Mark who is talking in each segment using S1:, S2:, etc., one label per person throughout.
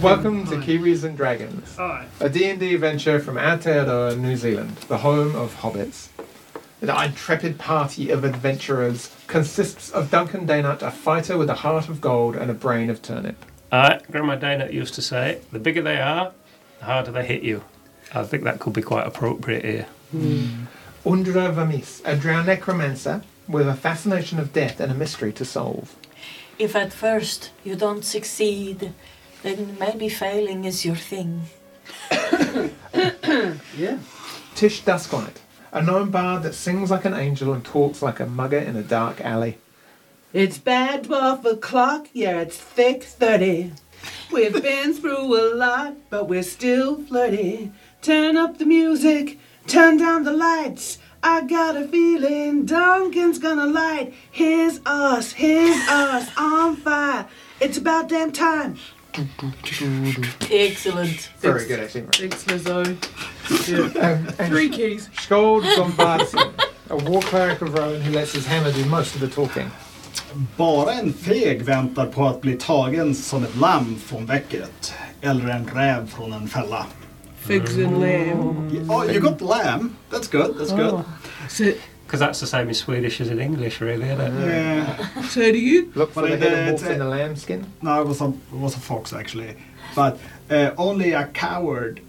S1: Welcome to Kiwis and Dragons,
S2: Hi.
S1: a D&D venture from Aotearoa, New Zealand, the home of hobbits. The intrepid party of adventurers consists of Duncan Daynut, a fighter with a heart of gold and a brain of turnip.
S2: Uh, Grandma Dana used to say, the bigger they are, the harder they hit you. I think that could be quite appropriate here.
S1: Undra Vamis, a drowned necromancer with a fascination of death and a mystery to solve.
S3: If at first you don't succeed, then maybe failing is your thing.
S4: Yeah.
S1: Tish Dusklight, a gnome bard that sings like an angel and talks like a mugger in a dark alley.
S4: It's bad 12 o'clock, yeah, it's thick 30. We've been through a lot, but we're still flirty. Turn up the music, turn down the lights. I got a feeling Duncan's gonna light. Here's us, here's us, on fire. It's about damn time.
S3: Excellent.
S1: Very good, actually.
S5: Thanks, Lizzo.
S1: Um, and
S5: Three keys.
S1: Skold Gombardson, a war cleric of Rowan who lets his hammer do most of the talking.
S6: Bara en feg väntar på att bli tagen som ett lamm från väcket. Eller en räv från en fälla.
S5: Figs and lamb.
S6: Oh, you got lamb. That's good, that's good.
S5: So,
S2: Because that's the same in Swedish as in English, really, isn't
S5: Mm-hmm.
S2: it?
S6: Yeah.
S5: so do you?
S1: Look for
S6: Well,
S1: the head of
S6: it's-
S1: wolf in the lambskin.
S6: No, it was a, it was a fox actually. But uh, only a coward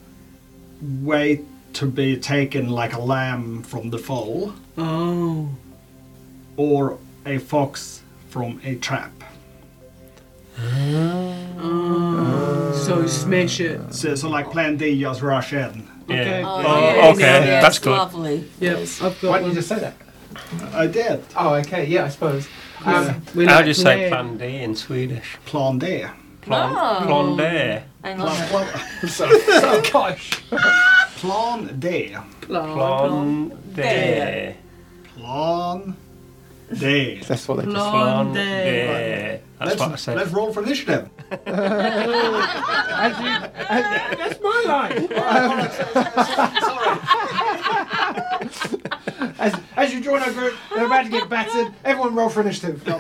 S6: wait to be taken like a lamb from the foal.
S5: Oh.
S6: Or a fox from a trap.
S5: So smash it.
S6: So, so like plan D, just rush in.
S5: Okay.
S2: Yeah.
S3: Oh,
S5: Oh,
S3: yes,
S5: okay,
S3: yes,
S2: that's good.
S3: Lovely.
S5: Yep, I've got
S1: Why did
S5: one.
S1: you just say that?
S6: Uh, I did.
S1: Oh, okay, yeah, I suppose. Um,
S5: We
S2: How
S5: like
S2: do you say
S5: lamb.
S2: plan D in Swedish?
S6: Plan D.
S2: Plan,
S3: Oh.
S2: plan D.
S3: I love
S6: Plan,
S3: it.
S6: plan,
S1: so, so, gosh.
S6: plan D.
S5: Plan.
S2: Plan
S3: D.
S2: D.
S6: Plan D.
S1: That's what they just
S2: Plan
S5: Plan. day.
S2: D. That's
S6: let's,
S2: what I said.
S6: let's roll for initiative.
S1: That's my line! as, as you join our group, they're about to get battered. Everyone roll for initiative.
S6: I,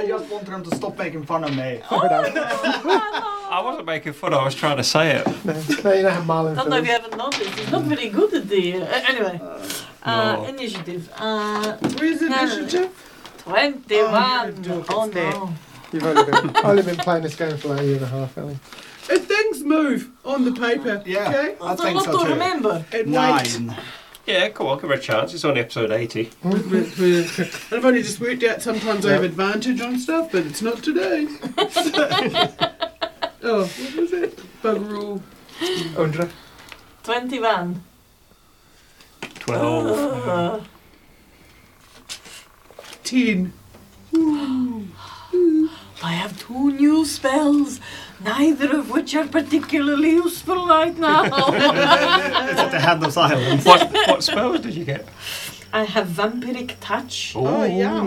S6: I just want them to stop making fun of me.
S3: Oh,
S2: I wasn't making fun, I was trying to say it.
S1: Now you know how Marlon
S3: I don't know if you
S1: feels.
S3: haven't noticed. He's not very good at the. Uh, anyway, uh,
S2: no.
S3: initiative. Uh,
S5: Where's
S3: No.
S5: initiative?
S3: 21.
S5: you're a dork,
S3: Oh,
S5: it's there.
S3: no.
S1: You've only been, only been playing this game for like a year and a half, Ellie.
S5: If things move on the paper,
S6: Yeah.
S5: okay?
S6: I
S3: There's a
S6: think
S3: lot
S6: so
S3: to
S6: too.
S3: remember.
S5: And wait.
S6: Nine.
S2: Yeah, come on, give her a chance. It's only episode 80.
S5: and I've only just worked out sometimes I have advantage on stuff, but it's not today. oh, what was it? Bug rule.
S1: Undra?
S3: 21.
S2: 12.
S3: Uh,
S5: 10.
S3: I have two new spells, neither of which are particularly useful right now.
S6: It's at the hand of silence.
S2: what, what spells did you get?
S3: I have Vampiric Touch,
S5: Oh, yeah.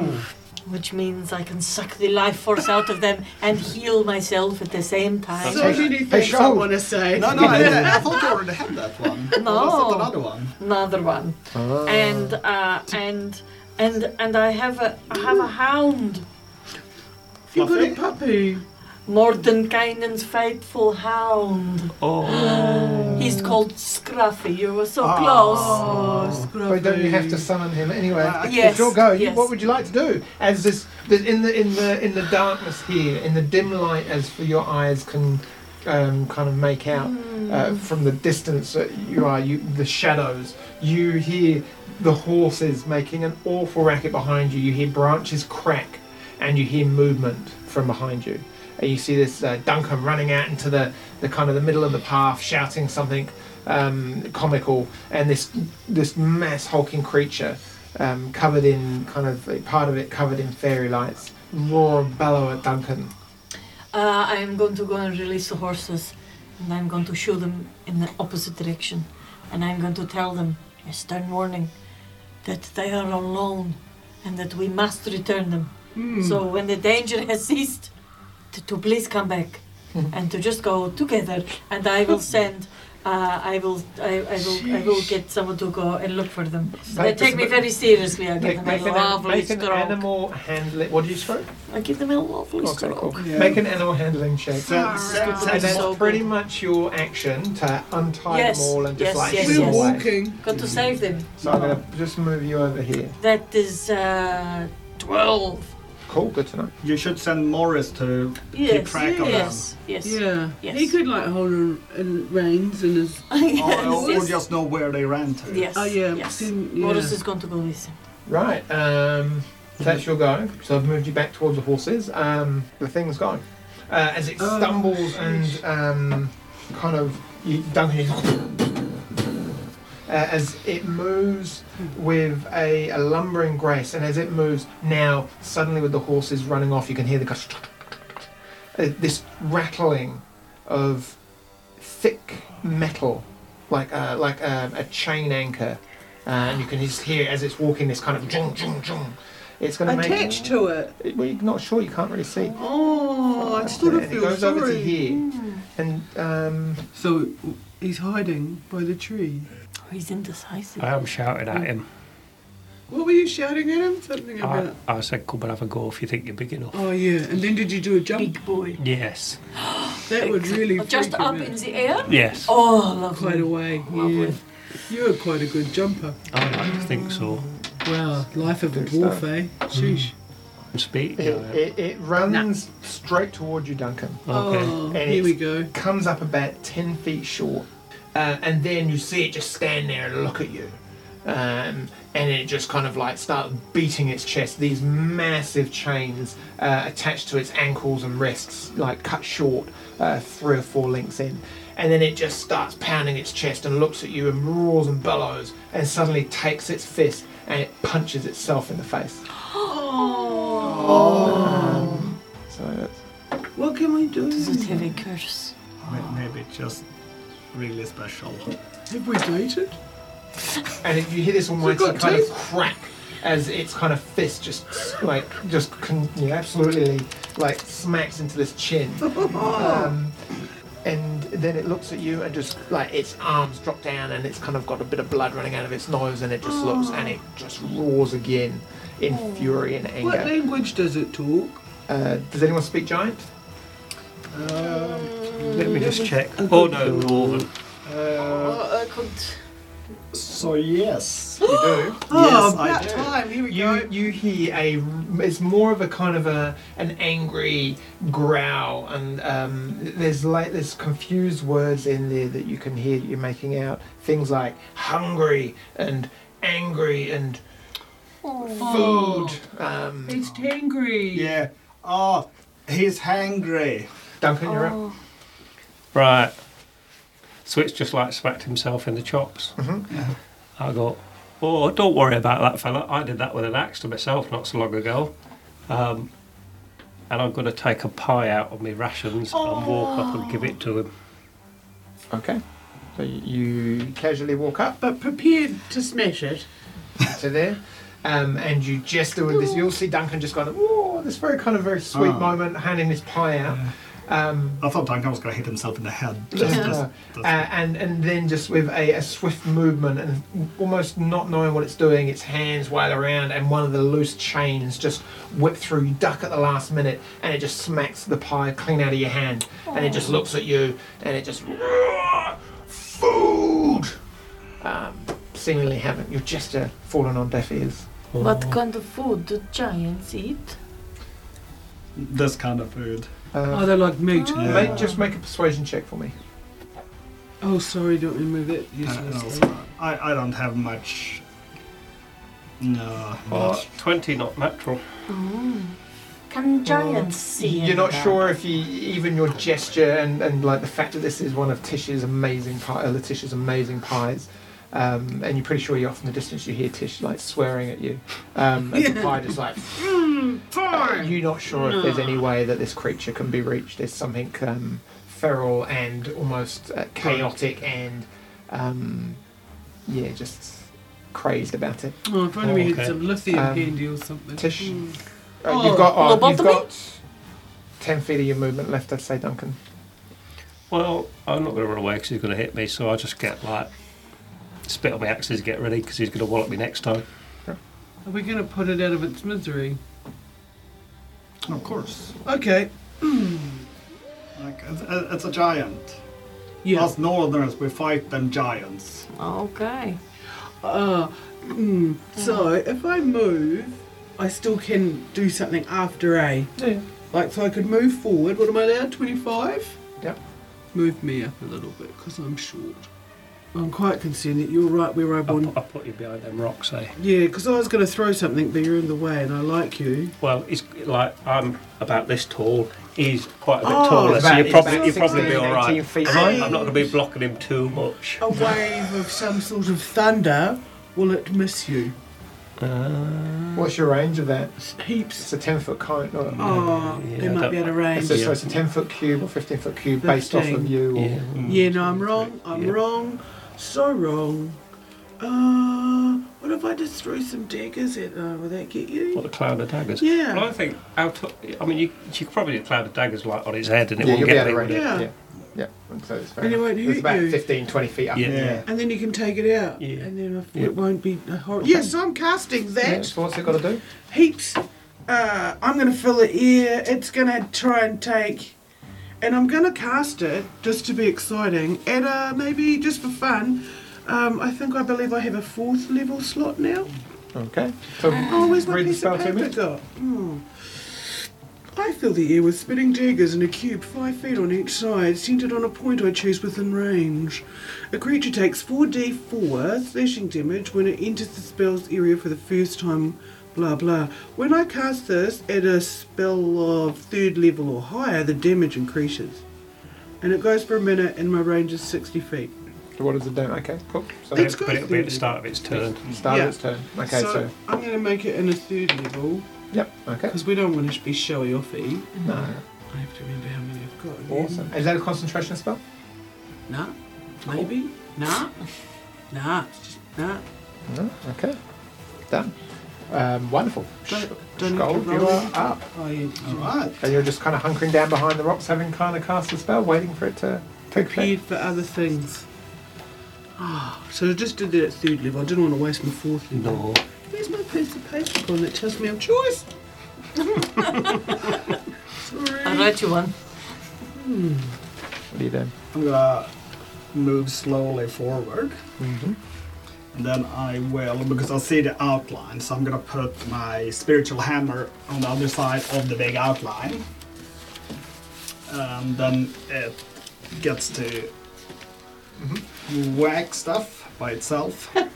S3: which means I can suck the life force out of them and heal myself at the same time.
S5: So many things I
S1: Sean.
S5: want to say.
S6: No, no, I, I thought you already had that one.
S3: No.
S6: Was that another one?
S3: Another one. And, uh, and, and, and I have a, I have a hound.
S5: You got a
S6: Fluffy?
S5: puppy.
S3: Mordenkainen's faithful hound.
S2: Oh.
S3: He's called Scruffy. You were so
S6: Ah.
S5: Oh, scruffy.
S1: But don't you have to summon him anyway?
S6: Uh,
S3: yes,
S1: It's your go. You-
S3: yes.
S1: What would you like to do? As this, the, in the in the in the darkness here, in the dim light, as for your eyes can um, kind of make out
S3: Hmm.
S1: uh, from the distance that you are, you the shadows. You hear the horses making an awful racket behind you. You hear branches crack, and you hear movement from behind you. And you see this uh, Duncan running out into the, the kind of the middle of the path, shouting something um, comical, and this this mass hulking creature um, covered in kind of like, part of it covered in fairy lights, roar and bellow at Duncan.
S3: Uh, I'm going to go and release the horses, and I'm going to show them in the opposite direction, and I'm going to tell them a stern warning that they are alone, and that we must return them.
S5: Hmm.
S3: So when the danger has ceased, to, to please come back, and to just go together, and I will send Uh, I will, I, I will, I will get someone to go and look for them. They
S1: Make
S3: take
S1: this-
S3: me very seriously. I give
S1: Make,
S3: them a
S1: make an,
S3: lovely
S1: make an
S3: stroke.
S1: animal handling. What do you stroke?
S3: I give them a lovely
S1: Okay, cool.
S3: stroke.
S6: Yeah.
S1: Make an animal handling check.
S6: So- so-
S3: Ah.
S6: so-
S1: and that's
S3: so
S1: pretty
S3: good.
S1: much your action to untie
S3: Yes,
S1: them all and just
S3: yes,
S1: like
S3: yes,
S1: shoo
S5: We're
S1: them
S3: yes.
S1: away.
S5: walking.
S3: Got to save them.
S1: So I'm gonna just move you over here.
S3: That is uh, twelve.
S1: Cool, good to know.
S6: You should send Morris to
S3: Yes,
S6: keep track of
S3: yes, yes.
S5: Yeah.
S3: Yes.
S5: He could like hold her in reins and his.
S6: them, or, or- or
S3: yes.
S6: just know where they ran to.
S3: Yes.
S5: Oh yeah.
S3: Yes.
S5: Tim- yeah.
S3: Morris is going to go with him.
S1: Right, um, so that's your go. So I've moved you back towards the horses. Um, the thing's going. Uh, as it
S5: Oh,
S1: stumbles and um, kind of you down here. Uh, as it moves with a, a lumbering grace, and as it moves now, suddenly with the horses running off, you can hear the gush, uh, this rattling of thick metal, like uh, like um, a chain anchor, uh, and you can just hear as it's walking this kind of jung jung jung. It's going to make
S5: attached to it.
S1: well, you're not sure. You can't really see.
S5: Oh, I just sort of
S1: And it
S5: feel
S1: goes
S5: sorry. Hmm.
S1: over to here, and um,
S5: So he's hiding by the tree.
S3: Oh, he's indecisive.
S2: I am shouting at him.
S5: What were you shouting at him? Something
S2: I,
S5: about.
S2: I said, come and have a go if you think you're big enough.
S5: Oh yeah, and then did you do a jump?
S3: Big boy.
S2: Yes.
S5: That would really
S3: Oh, just
S5: freak him
S3: up
S5: out.
S3: in the air.
S2: Yes.
S3: Oh, lovely.
S5: quite a way. Yeah,
S3: Lovely.
S5: you're quite a good jumper.
S2: Oh, I like to think so.
S5: Wow, life of a
S1: Good
S5: dwarf,
S1: stuff.
S5: eh? Sheesh.
S2: Speak.
S1: it, it, it runs straight toward you, Duncan.
S2: Okay.
S5: Oh,
S1: Mm. And
S5: here we
S1: it's-
S5: go.
S1: comes up about 10 feet short, uh, and then you see it just stand there and look at you. Um, and it just kind of like starts beating its chest. These massive chains uh, attached to its ankles and wrists, like cut short uh, three or four links in. And then it just starts pounding its chest and looks at you and roars and bellows and suddenly takes its fist and it punches itself in the face. Um, So that's
S5: What can we do?
S3: Does it have a curse?
S6: May- Maybe just really special.
S5: Have we dated?
S1: and it, you hear this almighty
S5: got
S1: kind of crack as its kind of fist just s- like just con- you know, absolutely like smacks into this chin um, and then it looks at you and just like its arms drop down and it's kind of got a bit of blood running out of its nose and it just looks and it just roars again in fury and
S5: Oh. What
S1: anger
S5: language does it talk?
S1: uh, does anyone speak giant
S2: Let me just check. Oh no, Dwarven.
S3: Oh, I could.
S6: So yes,
S1: you do
S5: Oh,
S6: yes, I
S5: about
S6: do.
S5: time. Here we
S1: You
S5: go.
S1: you hear a it's more of a kind of a an angry growl and um, there's like there's confused words in there that you can hear that you're making out things like hungry and angry and food. Um,
S5: It's tangry.
S6: Yeah. Oh, he's hangry.
S1: Duncan, you're up.
S2: Right. So it's just like smacked himself in the chops. I go, oh, don't worry about that fella. I did that with an axe to myself not so long ago. Um, and I'm going to take a pie out of my rations and walk up and give it to him.
S1: Okay. So you you casually walk up
S5: But prepared to smash it.
S1: to there. Um, and you gesture with this. You'll see Duncan just going, "Whoa!" This very kind of very sweet
S6: Ah.
S1: moment, handing this pie out. Um,
S6: I thought Duncan was going to hit himself in the head. Just,
S1: Yeah.
S6: just-
S1: Uh,
S6: just-
S1: and and then just with a, a swift movement and almost not knowing what it's doing, its hands wail around and one of the loose chains just whip through. You duck at the last minute and it just smacks the pie clean out of your hand and it just looks at you and it just "Roar! food. Um, seemingly haven't. You've just uh, fallen on deaf ears.
S3: What kind of food do giants eat?
S6: this kind of food.
S5: Oh,
S1: Uh,
S5: they like meat.
S6: Yeah.
S1: make, just make a persuasion check for me.
S5: Oh, sorry, don't remove that.
S6: And
S5: Useless.
S6: also, I, I don't have much. No.
S2: Oh,
S6: much.
S2: 20 not natural.
S3: Mm. Can giants see?
S1: Mm. You're not
S3: anything?
S1: sure if you, even your gesture and, and like the fact that this is one of Tish's amazing pie, uh, Letitia's amazing pies, um, and you're pretty sure you're off in the distance. You hear Tish like swearing at you, um, and the pie just like you're not sure if there's any way that this creature can be reached. There's something um, feral and almost uh, chaotic and um, yeah, just crazed about it.
S5: Oh, if only we
S2: Okay.
S5: had some lithium
S1: Um,
S5: handy or something.
S1: Tish,
S5: Mm.
S1: uh, you've got uh, you've
S3: lobotomy?
S1: got ten feet of your movement left. I'd say, Duncan.
S2: Well, I'm not going to run away because he's going to hit me, so I'll just get like spit on my axes, get ready because he's going to wallop me next time.
S5: Are we going to put it out of its misery?
S6: Of course.
S5: Okay.
S6: Like it's, it's a giant.
S5: Yeah.
S6: Us Northerners, we fight them giants.
S3: Okay.
S5: Uh, mm, so if I move, I still can do something after A.
S1: Yeah.
S5: Like, so I could move forward. What am I now? 25?
S1: Yep.
S5: Move me up a little bit because I'm short. I'm quite concerned that you're right where I
S2: I
S5: want.
S2: put, I put you behind them rocks, eh?
S5: Yeah, because I was going to throw something, but you're in the way and I like you.
S2: Well, he's like I'm about this tall. He's quite a bit
S5: Oh,
S2: taller,
S1: about-
S2: so you
S1: it's
S2: probably
S1: about
S2: you probably
S1: 16,
S2: be all
S1: 18
S2: right.
S1: feet.
S2: I'm not, I'm not going to be blocking him too much.
S5: A wave of some sort of thunder, will it miss you?
S1: Oh.
S2: Uh,
S1: What's your range of that? It's
S5: Heaps.
S1: a 10 foot cone. Not,
S5: Oh,
S2: Yeah,
S5: it
S2: I
S5: might
S2: don't-
S5: be out of
S1: it's
S5: range.
S1: a, so it's a 10 foot cube or 15 foot cube based off of
S5: 15.
S1: you. Or,
S2: yeah.
S5: Yeah, no, I'm wrong. I'm
S2: Yeah.
S5: wrong. So wrong. Uh, what if I just threw some daggers at her? Will that get
S2: What
S5: you?
S2: a cloud of daggers.
S5: Yeah.
S2: Well, I think out. I mean, you, you could probably do a cloud of daggers like on his head, and it
S1: yeah,
S2: won't
S1: you'll be
S2: get
S1: out
S2: me.
S1: of range.
S2: would it?
S5: Yeah.
S1: Yeah. yeah. And so it's,
S5: And it won't
S1: it's
S5: hurt
S1: about
S5: you.
S1: 15, 20 feet up.
S2: Yeah.
S6: Yeah.
S5: And then you can take it out.
S2: Yeah.
S5: And then if
S2: Yeah.
S5: it won't be a horrible.
S1: Okay.
S5: Yes, I'm casting
S1: Yeah,
S5: that.
S1: so what's it got to do?
S5: Heaps. Uh, I'm going to fill the air. It's going to try and take. And I'm going to cast it just to be exciting. And uh, maybe just for fun. Um, I think I believe I have a fourth level slot now.
S1: Okay. So
S5: Oh, where's my
S1: Read the
S5: piece
S1: spell
S5: of
S1: to
S5: paper
S1: me.
S5: got? Hmm. I fill the air with spinning daggers in a cube five feet on each side, centered on a point I choose within range. A creature takes 4d4 slashing damage when it enters the spell's area for the first time. Blah blah. When I cast this at a spell of third level or higher, the damage increases. And it goes for a minute, and my range is 60 feet.
S1: what is it doing? Okay, cool. So
S5: It's
S2: but it'll be at the start of its turn.
S1: start
S5: yeah.
S1: its turn. Okay, so,
S5: so, I'm going to make it in a third level
S1: Yep, okay.
S5: because we don't want to be showy offy.
S1: No.
S5: I have to remember how many I've got. again.
S1: Awesome. Is that a concentration spell?
S5: Nah. Maybe. Nah. Nah. it's just Nah.
S1: No. Okay. Done. Um, wonderful.
S5: Don't-
S1: Sh-
S5: don't
S1: Skull,
S5: need to
S1: you
S5: roll
S1: are
S5: it.
S1: up.
S5: Oh, yeah.
S6: All right.
S1: And you're just kind of hunkering down behind the rocks, having kind of cast the spell, waiting for it to take
S5: Prepared
S1: effect.
S5: for other things. Ah, so I just did that at third level. I didn't want to waste my fourth level.
S2: No.
S5: Where's my piece of paper gone that tells me I'm choice? Sorry.
S3: I write you one.
S1: What are you doing?
S6: I'm gonna move slowly forward. Mm-hmm. And then I will, because I see the outline, so I'm gonna put my spiritual hammer on the other side of the big outline. And then it gets to whack stuff by itself. uh,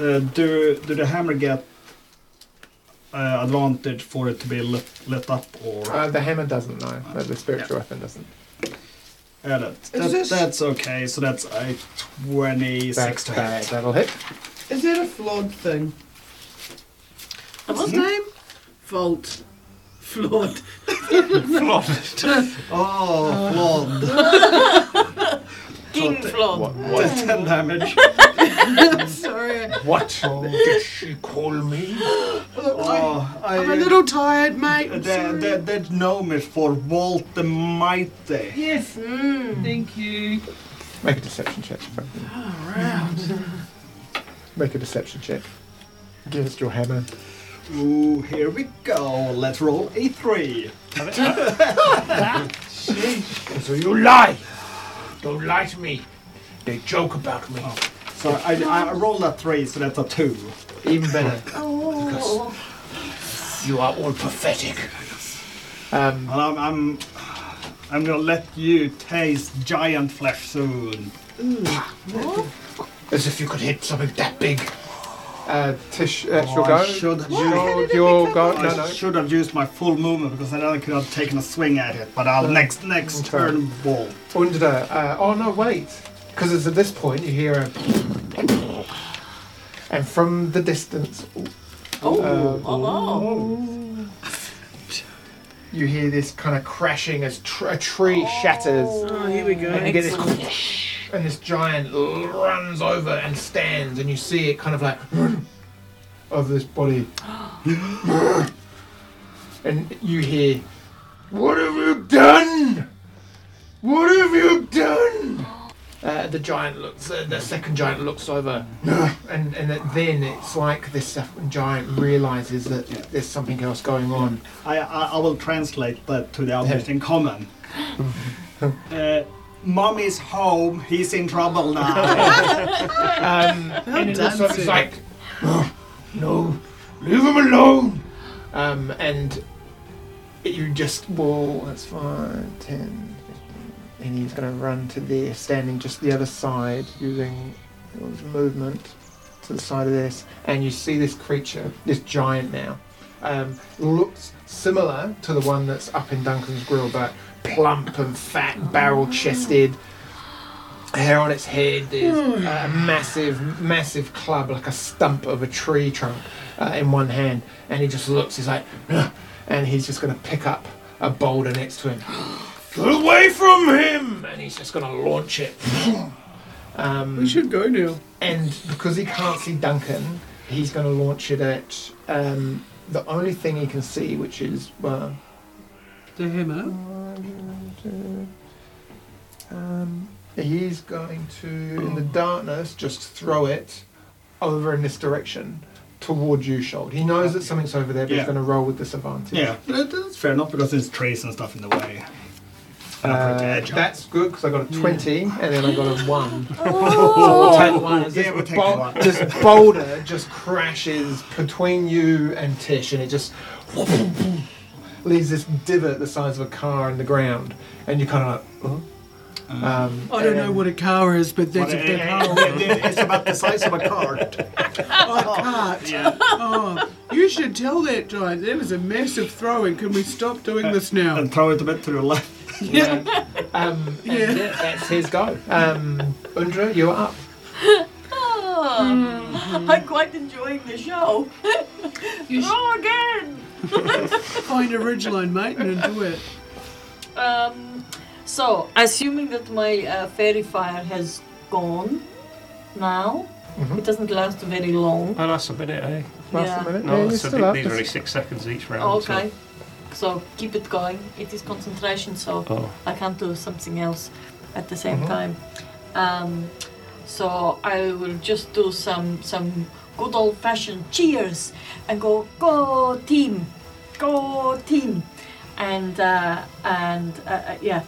S6: do, do the hammer get uh, advantage for it to be lit, lit up or.
S1: Uh, the hammer doesn't know. No, the spiritual weapon doesn't.
S6: Yeah, that, that,
S5: Is this-
S6: that's okay. So that's a
S1: That's
S6: 26 to
S1: bad.
S6: hit.
S1: That'll hit.
S5: Is that a flawed thing? What's his name? Fault. Flawed.
S6: Oh, flawed.
S3: King Flog.
S1: What? What?
S6: 10 damage.
S5: Sorry.
S1: what? Oh, Did she call me?
S6: Oh, I,
S5: I'm a little tired, mate. I'm
S6: That,
S5: sorry.
S6: that, that gnome is for Walt the Mighty.
S5: Yes. Thank you.
S1: Make a deception check. Make a deception check. Against your hammer.
S6: Ooh, here we go. Let's roll a 3.
S1: So you lie! Don't lie to me. They joke about me.
S6: So I, I rolled a 3, so that's a 2.
S1: Even better.
S3: Oh.
S1: You are all pathetic. Um,
S6: And I'm, I'm, I'm gonna let you taste giant flesh soon.
S1: as if you could hit something that big. Uh, Tish, uh,
S6: Oh,
S1: your
S6: I
S1: go.
S6: should have
S1: Your-
S6: used,
S1: your go.
S6: I
S1: No, no.
S6: should have used my full movement because then I could have taken a swing at it. But I'll next next
S1: Okay.
S6: turn Walt.
S1: Undida. Uh, oh no, wait. Because it's at this point you hear a. And from the distance,
S3: Oh.
S1: Uh,
S3: hello.
S1: you hear this kind of crashing as tr- a tree shatters.
S3: Ah,
S5: Oh, here we go.
S1: And you get this and this giant runs over and stands, and you see it kind of like over this body, and you hear, "What have you done? What have you done? Uh, the giant looks. Uh, the second giant looks over, "No," and and then it's like this second giant realizes that there's something else going on.
S6: I, I, I will translate that to the others in common. Uh, Mommy's home, he's in trouble now.
S1: Um, and it looks like, it's like, "Oh, no, leave him alone. Um, and you just, well, that's fine, 10, 15. And he's going to run to there, standing just the other side, using his movement to the side of this. And you see this creature, this giant now, um, looks similar to the one that's up in Duncan's grill, but plump and
S5: Oh,
S1: fat, barrel chested. Hair on its head is
S5: Hmm.
S1: a massive, massive club, like a stump of a tree trunk, uh, in one hand. And he just looks, he's like, "Ugh," and he's just going to pick up a boulder next to him. Get away from him! And he's just going to launch it. Um,
S5: We should go now.
S1: and because he can't see Duncan, he's going to launch it at um, the only thing he can see, which is well,
S5: The hammer.
S1: um, he's going to in the darkness just throw it over in this direction towards you, Shold. He knows that something's over there, but
S6: Yeah.
S1: he's going to roll with disadvantage.
S6: yeah, that- that's fair enough because there's trees and stuff in the way. And I'm pretty
S1: Uh,
S6: agile.
S1: that's good because I got a 20 and then I got a 1. Take one.
S6: Yeah,
S1: This
S6: we'll take
S1: bou-
S6: the one.
S1: this boulder just crashes between you and Tish and it just leaves this divot the size of a car in the ground. And you're kind of like, huh? um,
S5: I don't know what a car is, but that's a
S6: What a-
S5: big
S6: it's about the size of a cart.
S5: cart. Oh, you should tell that giant. That was a massive throwing. Can we stop doing this now?
S6: And throw it a bit to the left.
S1: Um, and yeah, that's his go. Um, Undra, you're up.
S3: I'm Ah, quite enjoying the show. Go again.
S5: Find a ridgeline, mate, and do it.
S3: Um, so, assuming that my uh, fairy fire has gone now,
S1: Mm-hmm.
S3: it doesn't last very long.
S2: Oh, that's a minute, eh?
S1: Last
S3: Yeah.
S1: minute.
S2: No,
S1: yeah, you're
S2: that's a
S1: still Oh, up.
S2: bit, these are only
S1: That's-
S2: six seconds each round. so-
S3: Okay. So keep it going. It is concentration, so
S2: Oh,
S3: I can't do something else at the same
S1: Mhm.
S3: time. Um, so I will just do some some good old fashioned cheers and go go team, go team, and uh, and uh, uh, yeah.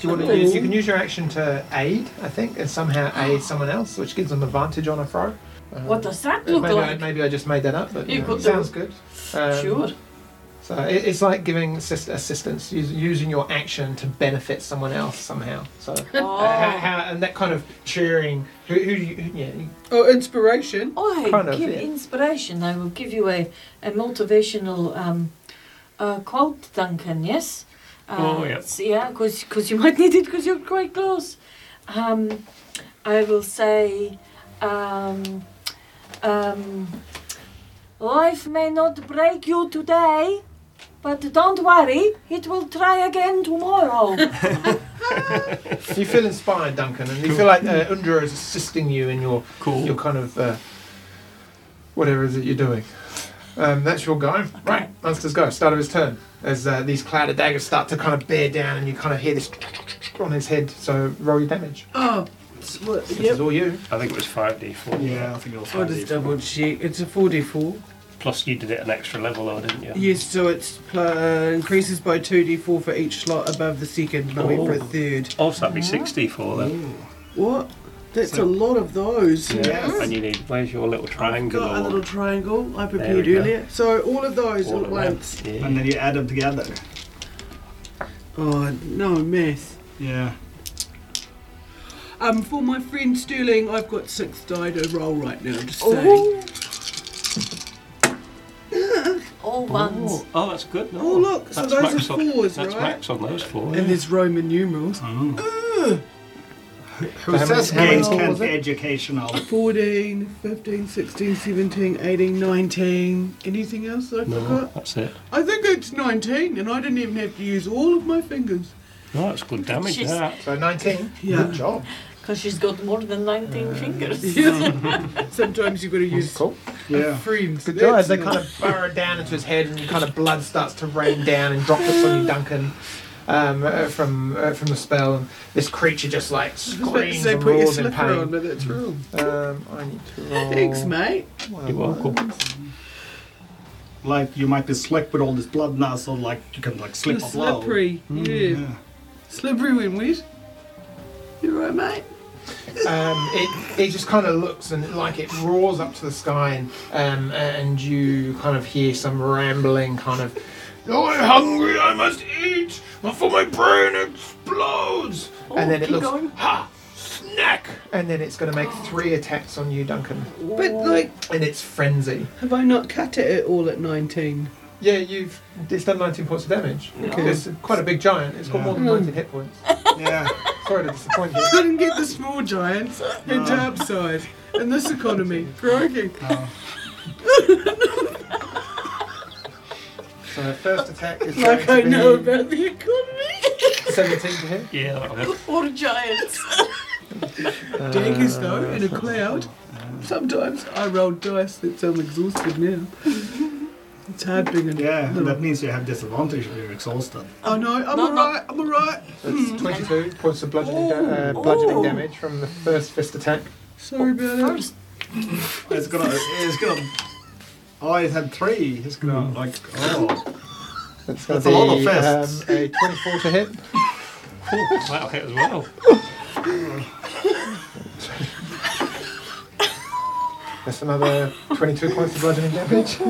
S1: Do you, want to use, you can use your action to aid, I think, and somehow aid someone else, which gives them advantage on a throw. Um,
S3: What does that
S1: Uh,
S3: look
S1: maybe, I,
S3: like?
S1: maybe I just made that up, but
S3: You
S1: you know,
S3: could
S1: it
S3: do.
S1: sounds good. Um,
S3: sure.
S1: So it, it's like giving assist, assistance, us, using your action to benefit someone else somehow. So uh, how,
S3: Oh.
S1: how, and that kind of cheering. Who, who, do you- who yeah, you-
S5: Oh, inspiration.
S3: Oh, I
S1: Kind of,
S3: give
S1: yeah.
S3: inspiration. I will give you a, a motivational um, uh, quote, Duncan, yes? Uh,
S2: Oh, yeah.
S3: s- Yeah, because you might need it because you're quite close. Um, I will say, um, um, life may not break you today, but don't worry, it will try again tomorrow.
S1: you feel inspired, Duncan, and you feel like uh, Undra is assisting you in your
S2: cool.
S1: your kind of uh, whatever it is that you're doing. Um, that's your go. Right, monster's go. Start of his turn. As uh, these cloud of daggers start to kind of bear down, and you kind of hear this on his head. So roll your damage.
S5: Oh, it's what-
S1: This
S5: yep.
S1: is all you.
S2: I think it was 5d4.
S6: Yeah, I think it'll
S5: I'll just double check. It's a 4d4.
S2: Plus, you did it an extra level, though, didn't you?
S5: Yes, so it's pl- uh, increases by 2d4 for each slot above the second, but went for a
S2: Oh.
S5: third.
S2: Also, that'd be 64 then.
S5: What? That's a lot of those.
S6: Yes.
S2: And you need, where's your little
S5: I've
S2: triangle?
S5: got a
S2: or-
S5: little triangle I prepared
S2: we go.
S5: earlier. So all of those
S2: all
S5: at
S2: at
S5: once.
S2: Yeah.
S6: And then you add them together.
S5: Oh, no math.
S6: Yeah.
S5: Um, for my friend Sterling, I've got six die to roll right now. Just saying.
S3: Oh. All ones.
S2: Oh, oh, that's good. No.
S5: Oh, look, so
S2: that's
S5: those are
S2: max on,
S5: fours,
S2: That's
S5: right?
S2: max on those four.
S5: And there's Roman numerals.
S6: Who
S1: How
S6: says
S1: many- how
S6: games
S1: many
S6: can't
S1: was
S6: be
S1: it?
S6: educational?
S5: 14, 15, 16, 17, 18, 19. Anything else I
S2: No,
S5: forgot?
S2: that's it.
S5: I think it's 19, and I didn't even have to use all of my fingers.
S2: No, that's good damage.
S3: She's-
S2: That.
S1: So 19.
S5: Yeah.
S1: Good job.
S3: Because she's got more than 19 fingers.
S5: Sometimes you've got to use
S1: Cool.
S6: Yeah.
S5: friends.
S1: Good job. As they
S5: That's
S1: kind of burrow down into his head and kind of blood starts to rain down and droplets on you, Duncan. um, uh, from uh, from the spell. And this creature just like
S5: I was about to
S1: screams
S5: say
S1: and
S5: put your
S1: roars in
S5: slipper on,
S1: pain.
S5: but that's wrong.
S1: Um, I need to roll.
S5: Thanks, mate.
S1: Well,
S2: You're welcome.
S6: Like you might be slick with all this blood now, so like you can like
S5: You're
S6: slip off low.
S5: slippery. Yeah.
S6: Yeah.
S5: Slippery when wet. You right, mate?
S1: um, it, it just kind of looks and like it roars up to the sky and um, and you kind of hear some rambling kind of I'm hungry, I must eat before my brain explodes.
S5: Oh,
S1: and then it
S3: keep
S1: looks
S3: going.
S1: ha snack, and then it's going to make three attacks on you, Duncan,
S5: But like,
S1: in its frenzy.
S5: have I not cut it at all at 19?
S1: Yeah, you've it's done 19 points of damage.
S5: Okay.
S1: It's quite a big giant. It's got more than
S5: Yeah.
S1: 19 hit points.
S6: yeah.
S1: Sorry to disappoint you.
S5: Couldn't get the small giants in
S6: No.
S5: Darbside in this economy. Crikey.
S6: No.
S1: So her first attack is
S5: Like I
S1: going to be
S5: know about the economy.
S1: 17 to hit.
S2: Yeah, that'll help.
S3: Or giants.
S5: Daggers
S1: Uh,
S5: though, in a cloud. Sometimes I roll dice that I'm exhausted now. It's hard being a
S6: Yeah,
S5: little-
S6: that means you have disadvantage if you're exhausted.
S5: Oh no, I'm
S3: No, no.
S5: alright, I'm alright.
S1: That's 22 points of bludgeoning, da- uh,
S3: Ooh.
S1: bludgeoning
S3: Ooh.
S1: damage from the first fist attack.
S5: Sorry about it.
S3: First,
S6: It's gonna. It's gonna. Oh, it had three. It's gonna like. Oh,
S1: That's, gonna
S6: That's a lot of
S1: be,
S6: fists.
S1: Um, a 24 to hit.
S2: Oh, that'll hit as well.
S1: That's another 22 points of bludgeoning damage.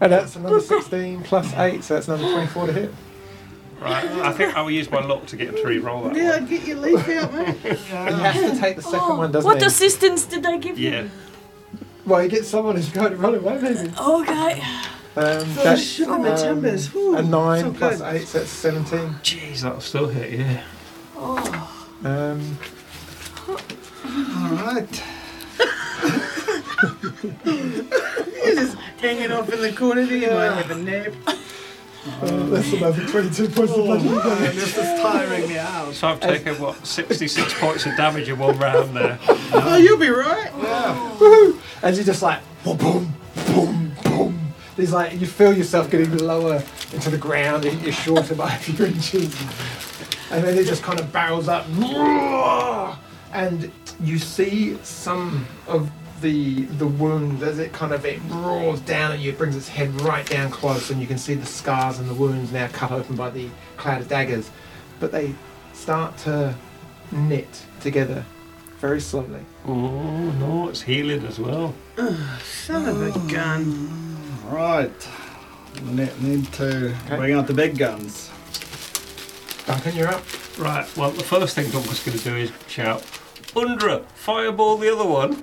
S1: and that's another 16 plus 8, so that's another 24 to hit.
S2: Right, I think I'll use my luck to get him to re-roll that
S5: Yeah,
S2: one.
S5: get your leaf out, mate.
S1: And he has to take the second
S3: oh,
S1: one, doesn't
S3: what
S1: he?
S3: assistance did I give
S2: Yeah,
S3: him?
S1: well, he gets someone who's going to run away, maybe.
S3: Okay.
S1: Um,
S5: Oh,
S1: that's,
S5: shit, my timbers. Ooh,
S1: a 9
S5: so
S1: plus
S5: good.
S1: 8, so that's 17.
S2: jeez, that'll still hit. Yeah,
S3: Oh,
S1: Um,
S6: all right.
S5: You're just hanging off in the corner there. You might have a nap.
S1: that's another 22 points of bludgeoning damage.
S6: Man, this is tiring me out.
S2: so I've taken what sixty-six points of damage in one round there.
S5: Oh, you'll be right.
S1: And you just like boom, boom, boom, boom. There's like you feel yourself getting lower into the ground. and You're shorter by a few inches, and then it just kind of barrels up, and you see some of the the wound as it kind of it roars down at you. It brings its head right down close, and you can see the scars and the wounds now cut open by the cloud of daggers. But they start to knit together very slowly.
S2: Oh no, it's healing as well.
S5: Son of a gun.
S6: All right. We ne- need to
S1: Okay.
S6: bring out the big guns.
S1: Duncan, you're up.
S2: Right, well, the first thing Duncan's going to do is shout, Undra, fireball the other one.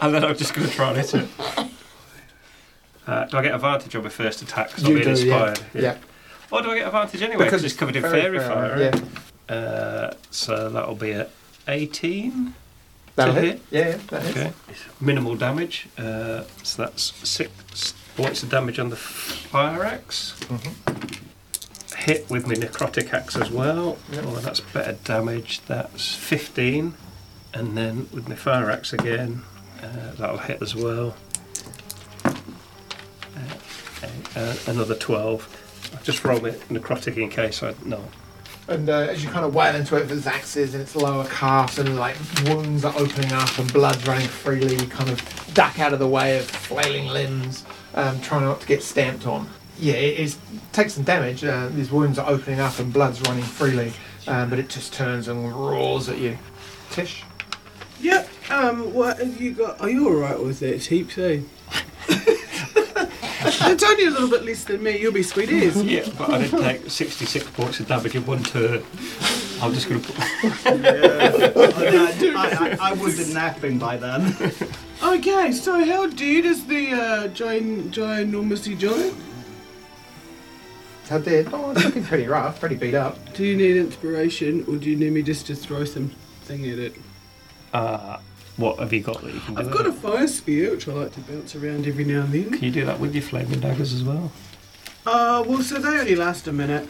S2: And then I'm just going to try and hit it. Uh, do I get advantage on my first attack because I'm
S1: You
S2: being
S1: do, yeah.
S2: inspired? Or do I get advantage anyway because it's covered in fairy, fire?
S1: Yeah.
S2: Uh, so that'll be at 18
S1: That'll
S2: to
S1: hit. Yeah, yeah, that hits.
S2: Okay. Minimal damage. Uh, so that's six points of damage on the fire axe. Hit with my necrotic axe as well.
S1: Yep.
S2: Oh, that's better damage. That's 15. And then with my fire axe again, uh, that'll hit as well. Uh, uh, another 12. I've just rolled it necrotic in case I. No.
S1: And uh, as you kind of wail into it, there's axes and its lower calf, and like wounds are opening up, and blood's running freely. You kind of duck out of the way of flailing limbs, um, trying not to get stamped on. Yeah, it is, takes some damage. Uh, these wounds are opening up, and blood's running freely, um, but it just turns and roars at you. Tish,
S5: Yep. Um, what have you got? Are you alright with that? It's heaps, eh? it's only a little bit less than me. You'll be sweet as.
S2: Yeah, but I did take 66 points of damage in one turn. I'm just going to put.
S6: I, I, I, I would be napping by then.
S5: Okay, so how dead is the uh, giant, ginormousy giant?
S1: how did? Oh, it's looking pretty rough, pretty beat up.
S5: Do you need inspiration, or do you need me just to throw something at it? Uh,
S2: Uh, what have you got that you can do?
S5: I've
S2: with
S5: got a
S2: it?
S5: fire spear, which I like to bounce around every now and then.
S2: Can you do that with your flaming daggers as well?
S5: Uh, well, so they only last a minute.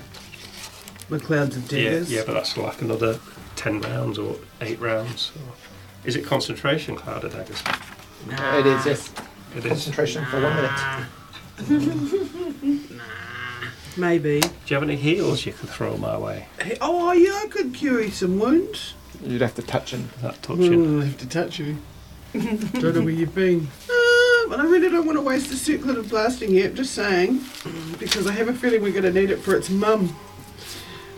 S5: The clouds of daggers.
S2: Yeah, yeah, but that's like another ten rounds or eight rounds. Or... Is it concentration cloud of daggers?
S1: It is just
S2: Ah. It is. Ah.
S1: concentration for one minute.
S5: Maybe.
S2: Do you have any heals you can throw my way?
S5: Hey, oh, yeah, I could cure you some wounds.
S1: You'd have to touch him.
S2: That touching.
S5: Oh, I have to touch you. don't know where you've been. Uh, but I really don't want to waste the circlet of blasting yet, just saying. Because I have a feeling we're going to need it for its mum.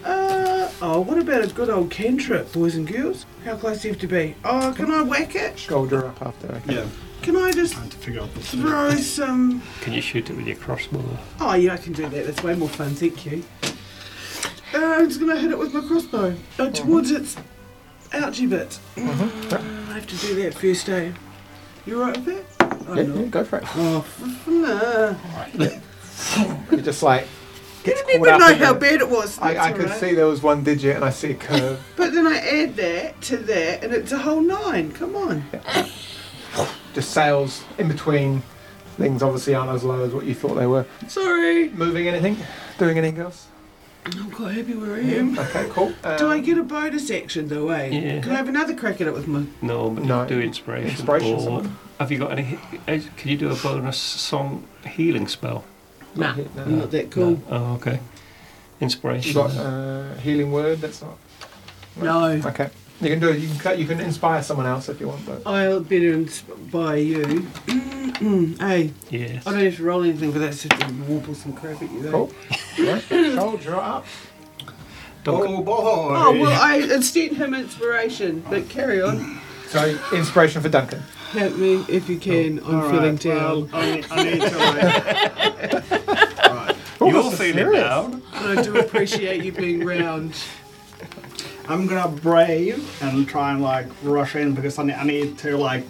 S5: Uh, oh, what about a good old cantrip, boys and girls? How close do you have to be? Oh, can I whack it?
S1: Shoulder up after. Okay.
S6: Yeah.
S5: Can I just
S6: Trying to figure out what's
S5: throw some.
S2: Can you shoot it with your crossbow?
S5: Oh, yeah, I can do that. That's way more fun, thank you. Uh, I'm just going to hit it with my crossbow.
S1: Uh-huh.
S5: Uh, towards its ouchy bit. Mm, I have to do that first, eh? You alright with that?
S1: Yeah,
S5: I'm
S1: yeah,
S5: not.
S1: go for it.
S5: Oh, f- nah.
S1: It just like gets
S5: I didn't
S1: caught
S5: even
S1: up.
S5: know
S1: in
S5: how
S1: it.
S5: bad it was. That's
S1: I, I could
S5: alright.
S1: see there was one digit and I see a curve.
S5: But then I add that to that, and it's a whole nine. Come on.
S1: just sails in between things obviously aren't as low as what you thought they were.
S5: Sorry.
S1: Moving anything? Doing anything else?
S5: I'm quite happy where I am.
S1: Okay, cool.
S5: Mm. Do I
S1: Um,
S5: get a bonus action though, eh?
S2: Yeah.
S5: Can I have another crack at it with my.
S2: No, but
S1: No.
S2: you do inspiration.
S1: Inspiration,
S2: or-
S1: someone.
S2: have you got any? eh, Can you do a bonus song healing spell?
S5: Nah,
S1: hit that.
S5: I'm not that cool.
S2: No. Oh, okay.
S1: You
S2: Inspiration.
S1: got uh, healing word? That's not
S5: No.
S1: okay. You can do it. You can cut. You can inspire someone else if you want, but
S5: I'll better inspire you. hey,
S2: yes.
S5: I don't have to roll anything for that, so just warble some crap at you though.
S6: Oh.
S1: cool. right. Shoulder up.
S2: Don't-
S6: Oh boy!
S5: Oh, well, I extend him inspiration, but carry on.
S1: So inspiration for Duncan.
S5: Help me if you can. I'm
S6: All
S5: feeling
S6: right,
S5: down.
S6: Well, I need, I need to. Like, right.
S2: You're
S1: that's
S2: feeling
S1: serious.
S2: down.
S5: And I do appreciate you being round.
S6: I'm gonna brave and try and like rush in because I need, I need to like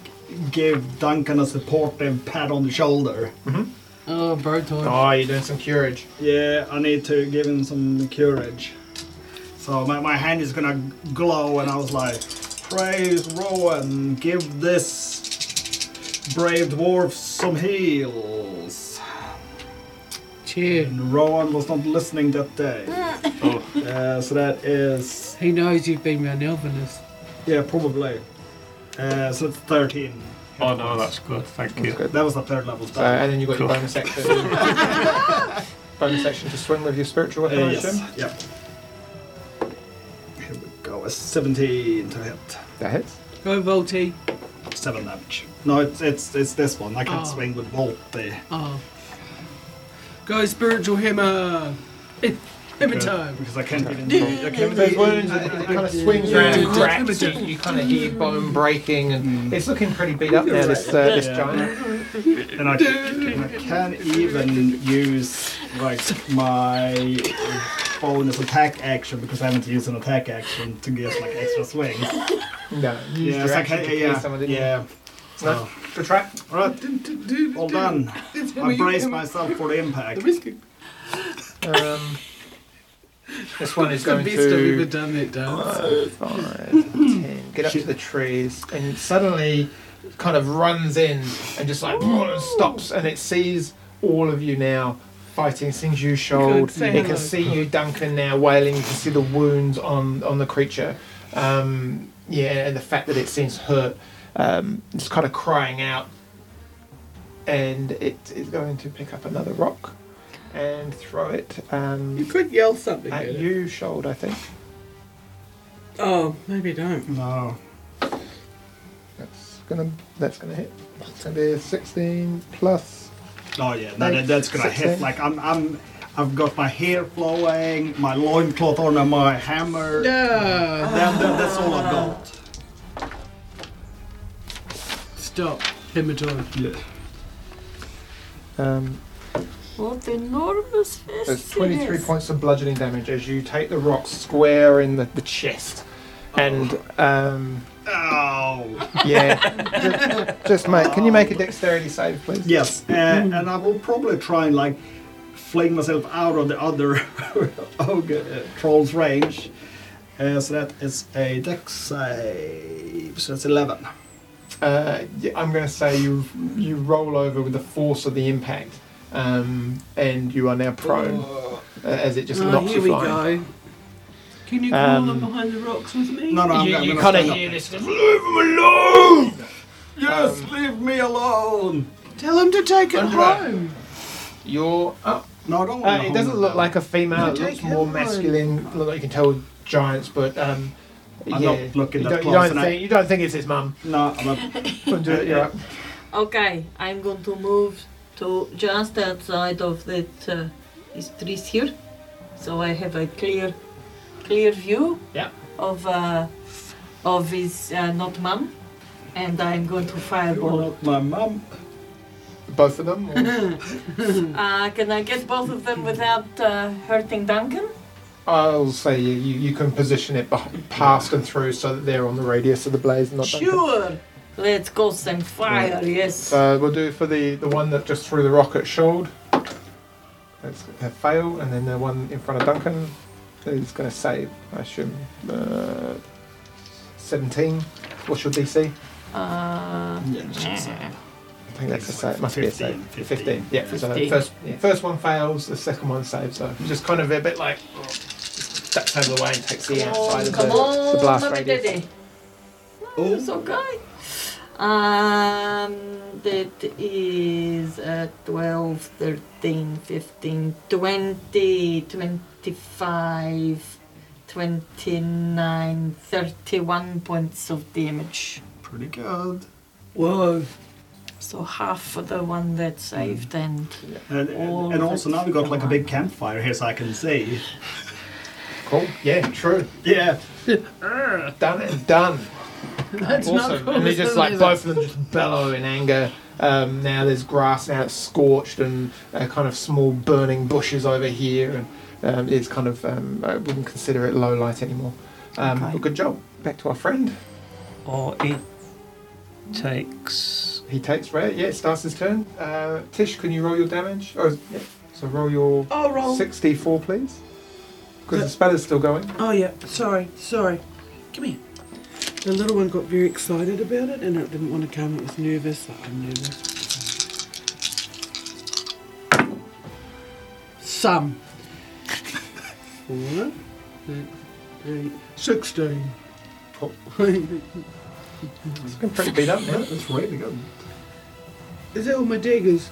S6: give Duncan a supportive pat on the shoulder.
S5: Oh, bro time.
S1: Oh, you're doing some curage.
S6: Yeah, I need to give him some courage. So my, my hand is gonna glow, and I was like, praise Rowan, give this brave dwarf some heals.
S5: Cheer.
S6: And Rowan was not listening that day. Uh, so that is
S5: He knows you've been round Elvinus.
S6: Yeah, probably. Uh, so it's 13.
S2: Oh no, that's good. Thank you.
S6: That was the third level
S1: So,
S6: spell.
S1: Uh, and then you got your bonus action. bonus action to swing with your spiritual
S6: Uh,
S1: weapon. I
S6: yes.
S1: assume?
S6: Yep. Here we go. A 17 to hit.
S1: That hits.
S5: Go Volty.
S6: 7 damage. No, it's it's, it's this one. I can't
S5: Oh.
S6: swing with bolt there.
S5: Oh. Go spiritual hammer. Eh, Hammer time.
S6: Because I can't even. I can't
S1: Those
S6: even
S1: wounds, it kind of swings around and cracks. You, you kind of hear bone breaking, and it's looking pretty beat up now. This uh, this
S6: Yeah.
S1: giant.
S6: and I, and I can't even use like my bonus attack action because I haven't used an attack action to get like extra swings.
S1: No, you used
S6: Yeah,
S1: your
S6: so I
S1: action
S6: can't,
S1: to kill
S6: yeah,
S1: someone, didn't you?
S6: yeah.
S1: No,
S6: So,
S1: for trap.
S6: right,
S5: Well
S6: well done.
S5: It's
S6: I braced myself for the impact.
S1: Um, this one is
S5: the
S1: going
S5: best I've ever
S1: to
S5: done that dance.
S1: five, five, 10, get up to the trees, and suddenly kind of runs in and just like stops, and it sees all of you now fighting. Sees you shoulder.
S5: say
S1: It
S5: hello.
S1: can see you, Duncan, now wailing. You can see the wounds on on the creature. Um, yeah, and the fact that it seems hurt. Um, it's kind of crying out, and it is going to pick up another rock and throw it. Um,
S5: You could yell something at,
S1: at
S5: it.
S1: you shoulder, I think.
S5: Oh, maybe don't.
S6: No.
S1: That's gonna that's gonna hit. That's gonna be a sixteen plus.
S6: Oh yeah, no, that, that's gonna hit.
S1: Sixteen.
S6: Like I'm, I'm, I've got my hair flowing, my loincloth on, and my hammer.
S5: No.
S6: That- that- that's all I've got.
S5: Stop. Hammer time.
S6: Yeah.
S1: Um,
S3: What enormous fist
S1: there's
S3: it
S1: twenty three
S3: is.
S1: points of bludgeoning damage as you take the rock square in the, the chest. And um,
S6: Ow.
S1: yeah, just, just make. Can you make a dexterity save, please?
S6: Yes, uh, and I will probably try and like fling myself out of the other ogre, uh, troll's range. Uh, so that is a dex save. So that's eleven.
S1: Uh, yeah, I'm going to say you you roll over with the force of the impact, um, and you are now prone uh, as it just
S5: Oh,
S1: knocks
S5: here
S1: you
S5: we
S1: flying.
S5: go. Can you crawl
S1: Um,
S5: them behind the rocks with me?
S6: No, no, I'm,
S1: You-
S6: I'm
S1: you
S6: gonna
S1: kinda
S6: stand up
S1: hear
S6: next
S1: this-
S6: to him. Leave him alone. Yes, leave me alone.
S5: Tell him to take it
S1: Under
S5: home.
S1: You're up.
S6: No, I don't want
S1: Uh,
S6: to
S1: it
S6: hold
S1: doesn't look
S6: down.
S1: like a female. It
S5: No,
S1: looks
S5: take
S1: more
S5: him on.
S1: masculine. Look like you can tell with giants, but um,
S6: I'm
S1: yeah.
S6: not looking
S1: you
S6: that
S1: don't, you
S6: close,
S1: don't
S6: and I-
S1: think you don't think it's his mum.
S6: No, I'm not.
S1: Undo it. You're up.
S3: Okay, I'm going to move to just outside of that uh, these trees here, so I have a clear, clear view
S1: Yeah.
S3: of uh, of his uh, not mum, and I'm going to
S6: You're
S3: fireball.
S6: not my mum.
S1: Both of them. Or,
S3: Uh, can I get both of them without uh, hurting Duncan?
S1: I'll say you, you, you can position it beh past and through so that they're on the radius of the blaze. and Not Duncan.
S3: Sure. Let's go some fire. Yes.
S1: So uh, we'll do for the, the one that just threw the rocket shield. That's a fail, and then the one in front of Duncan is going to save. I assume uh, seventeen. What's your DC?
S3: Uh,
S6: Yeah, she's uh,
S1: I think that's a
S6: It's
S1: save. Must be a
S6: 15,
S1: save.
S6: 15.
S1: Fifteen. Yeah. So the
S3: 15.
S1: first yeah, first one fails, the second one saves. So you're just kind of a bit like oh, ducks over the way and takes the outside of the,
S3: come on,
S1: the blast
S3: mommy,
S1: radius.
S3: daddy. Oh, it's okay. Um, that is uh, 12, 13, 15, 20, 25, 29, 31 points of damage.
S6: pretty good.
S4: Whoa.
S3: So half for the one that saved and
S6: And,
S3: All
S6: and, and also now we got like a big campfire here, so I can see.
S1: Cool. Yeah. True.
S6: Yeah.
S1: Done and done.
S4: That's
S1: awesome.
S4: not cool.
S1: And they just like
S4: That's
S1: both of them just bellow in anger. Um, now there's grass now it's scorched and uh, kind of small burning bushes over here, and um, it's kind of um, I wouldn't consider it low light anymore. Um,
S3: Okay.
S1: But good job. Back to our friend.
S2: Or he takes.
S1: He takes red. Yeah, it starts his turn. Uh, Tish, can you roll your damage? Oh, yeah. So roll your
S4: Oh, roll.
S1: 64, please. Because
S4: Yeah.
S1: the spell is still going.
S4: Oh, yeah. Sorry. Sorry. Come here. The little one got very excited about it and it didn't want to come. It was nervous. Like, I'm nervous. Some. Four, eight, eight, 16.
S1: It's been pretty beat up now.
S6: That's really good.
S4: Is that all my daggers?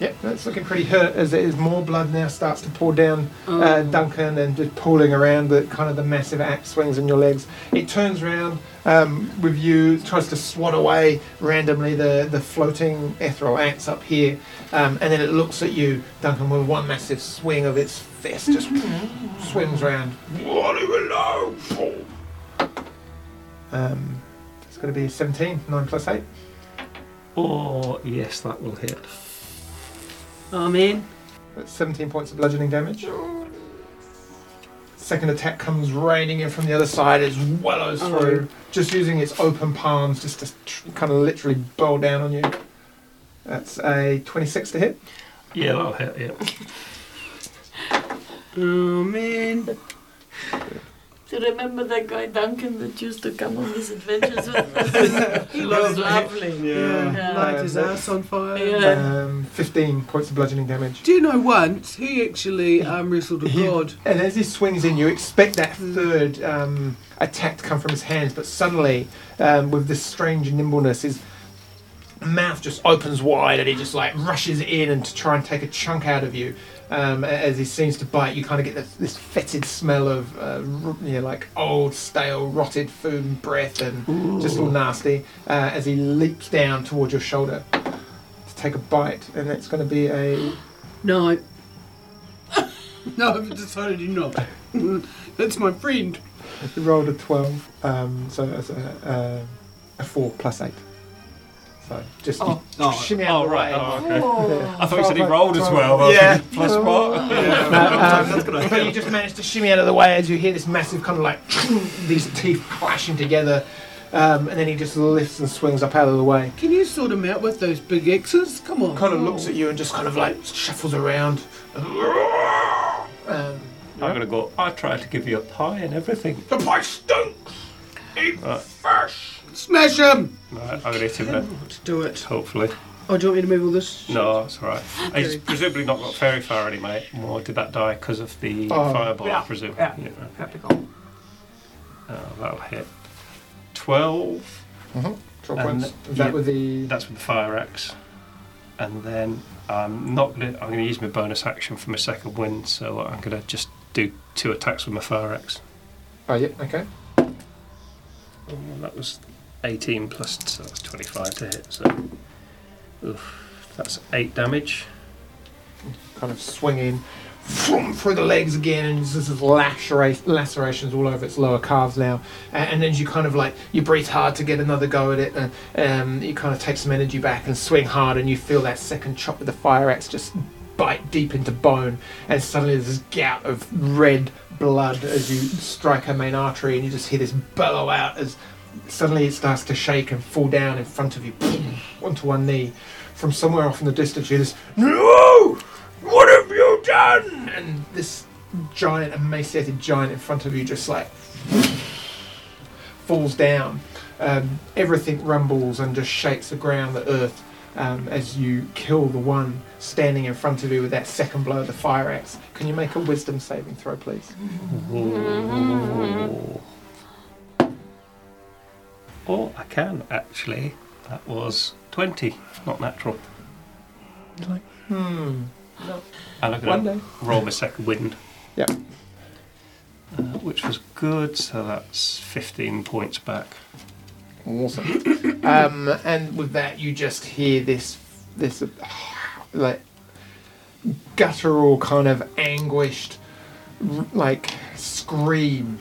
S1: Yep, that's looking pretty hurt as it is more blood now starts to pour down
S5: Oh.
S1: uh,
S4: Oh.
S1: Duncan and just pulling around the kind of the massive axe swings in your legs. It turns round um, with you, tries to swat away randomly the, the floating ethereal axe up here, um, and then it looks at you, Duncan, with one massive swing of its fist, just swims round. What do you know? Um, it's going to be 17, 9 plus 8.
S2: Oh, yes, that will hit.
S4: Oh, man.
S1: That's 17 points of bludgeoning damage. Second attack comes raining in from the other side as well as
S4: Oh.
S1: through, just using its open palms just to tr- kind of literally bowl down on you. That's a 26 to hit.
S2: Yeah, that'll hit, yeah.
S4: Oh, man.
S3: To remember that guy Duncan that used to come on these adventures with us. he was lovely.
S6: Yeah.
S3: Yeah.
S4: Light his ass on fire.
S3: Yeah.
S1: Um, 15 points of bludgeoning damage.
S4: Do you know once he actually um, wrestled a god?
S1: And as he swings in, you expect that third um, attack to come from his hands, but suddenly, um, with this strange nimbleness, his mouth just opens wide and he just like rushes in and to try and take a chunk out of you. Um, a- as he seems to bite, you kind of get this, this fetid smell of uh, r- you know, like old, stale, rotted food and breath, and just all nasty. Uh, as he leaps down towards your shoulder to take a bite, and that's going to be a
S4: No. no, I've decided you not. That's my friend.
S1: You rolled a 12, um, so that's a, a, a 4 plus 8. So just
S3: Oh.
S1: you
S6: Oh,
S1: shimmy out
S2: Oh,
S1: of the
S2: right,
S1: way.
S2: oh, okay.
S3: Oh.
S2: I thought you said he
S1: Twelve,
S2: rolled as
S1: twelve.
S2: well. I was
S1: Yeah.
S2: thinking, Plus what?
S6: Yeah.
S1: um,
S6: that's gonna
S1: But you
S6: hit.
S1: just managed to shimmy out of the way as you hear this massive kind of like these teeth clashing together, um, and then he just lifts and swings up out of the way.
S4: Can you sort him out with those big axes? Come on.
S1: Kind of looks at you and just kind of like shuffles around. Um,
S2: I'm going to go, I tried to give you a pie and everything.
S1: the pie stinks! Eat
S2: Right.
S1: fish!
S4: Smash him!
S2: Right, I'm going to hit him then,
S4: Let's do it.
S2: hopefully.
S4: Oh, do you want me to move all this?
S2: No, it's alright. He's
S4: Okay.
S2: presumably not got very far anyway, or did that die because of the
S1: Oh,
S2: fireball,
S1: yeah,
S2: I presume?
S1: yeah.
S2: Yeah. Uh, that'll hit. 12,
S1: 12
S2: And
S1: points. Is that
S2: you-
S1: with the.
S2: that's with the fire axe. and then I'm not gonna. I'm gonna use my bonus action for my second win, so I'm gonna just do two attacks with my fire axe.
S1: Oh, yeah, okay.
S2: Oh, that was 18 plus, so that's 25 to hit. So, oof, that's eight damage.
S1: Kind of swing in vroom, through the legs again, and there's this lacera- lacerations all over its lower calves now. And, and then you kind of like, you breathe hard to get another go at it, and um, you kind of take some energy back and swing hard, and you feel that second chop with the fire axe just bite deep into bone, and suddenly there's this gout of red blood as you strike her main artery, and you just hear this bellow out as suddenly it starts to shake and fall down in front of you onto one knee. From somewhere off in the distance, you just, No! What have you done? And this giant, emaciated giant in front of you just like falls down. Um, everything rumbles and just shakes the ground, the earth, um, as you kill the one standing in front of you with that second blow of the fire axe. Can you make a wisdom saving throw, please?
S2: Oh, I can actually. That was 20, not natural.
S1: Hmm.
S2: And I'm
S1: One
S2: going to
S1: day.
S2: roll my second wind.
S1: Yep.
S2: Uh, which was good, so that's 15 points back.
S1: Awesome. um, and with that, you just hear this this like guttural kind of anguished r- like scream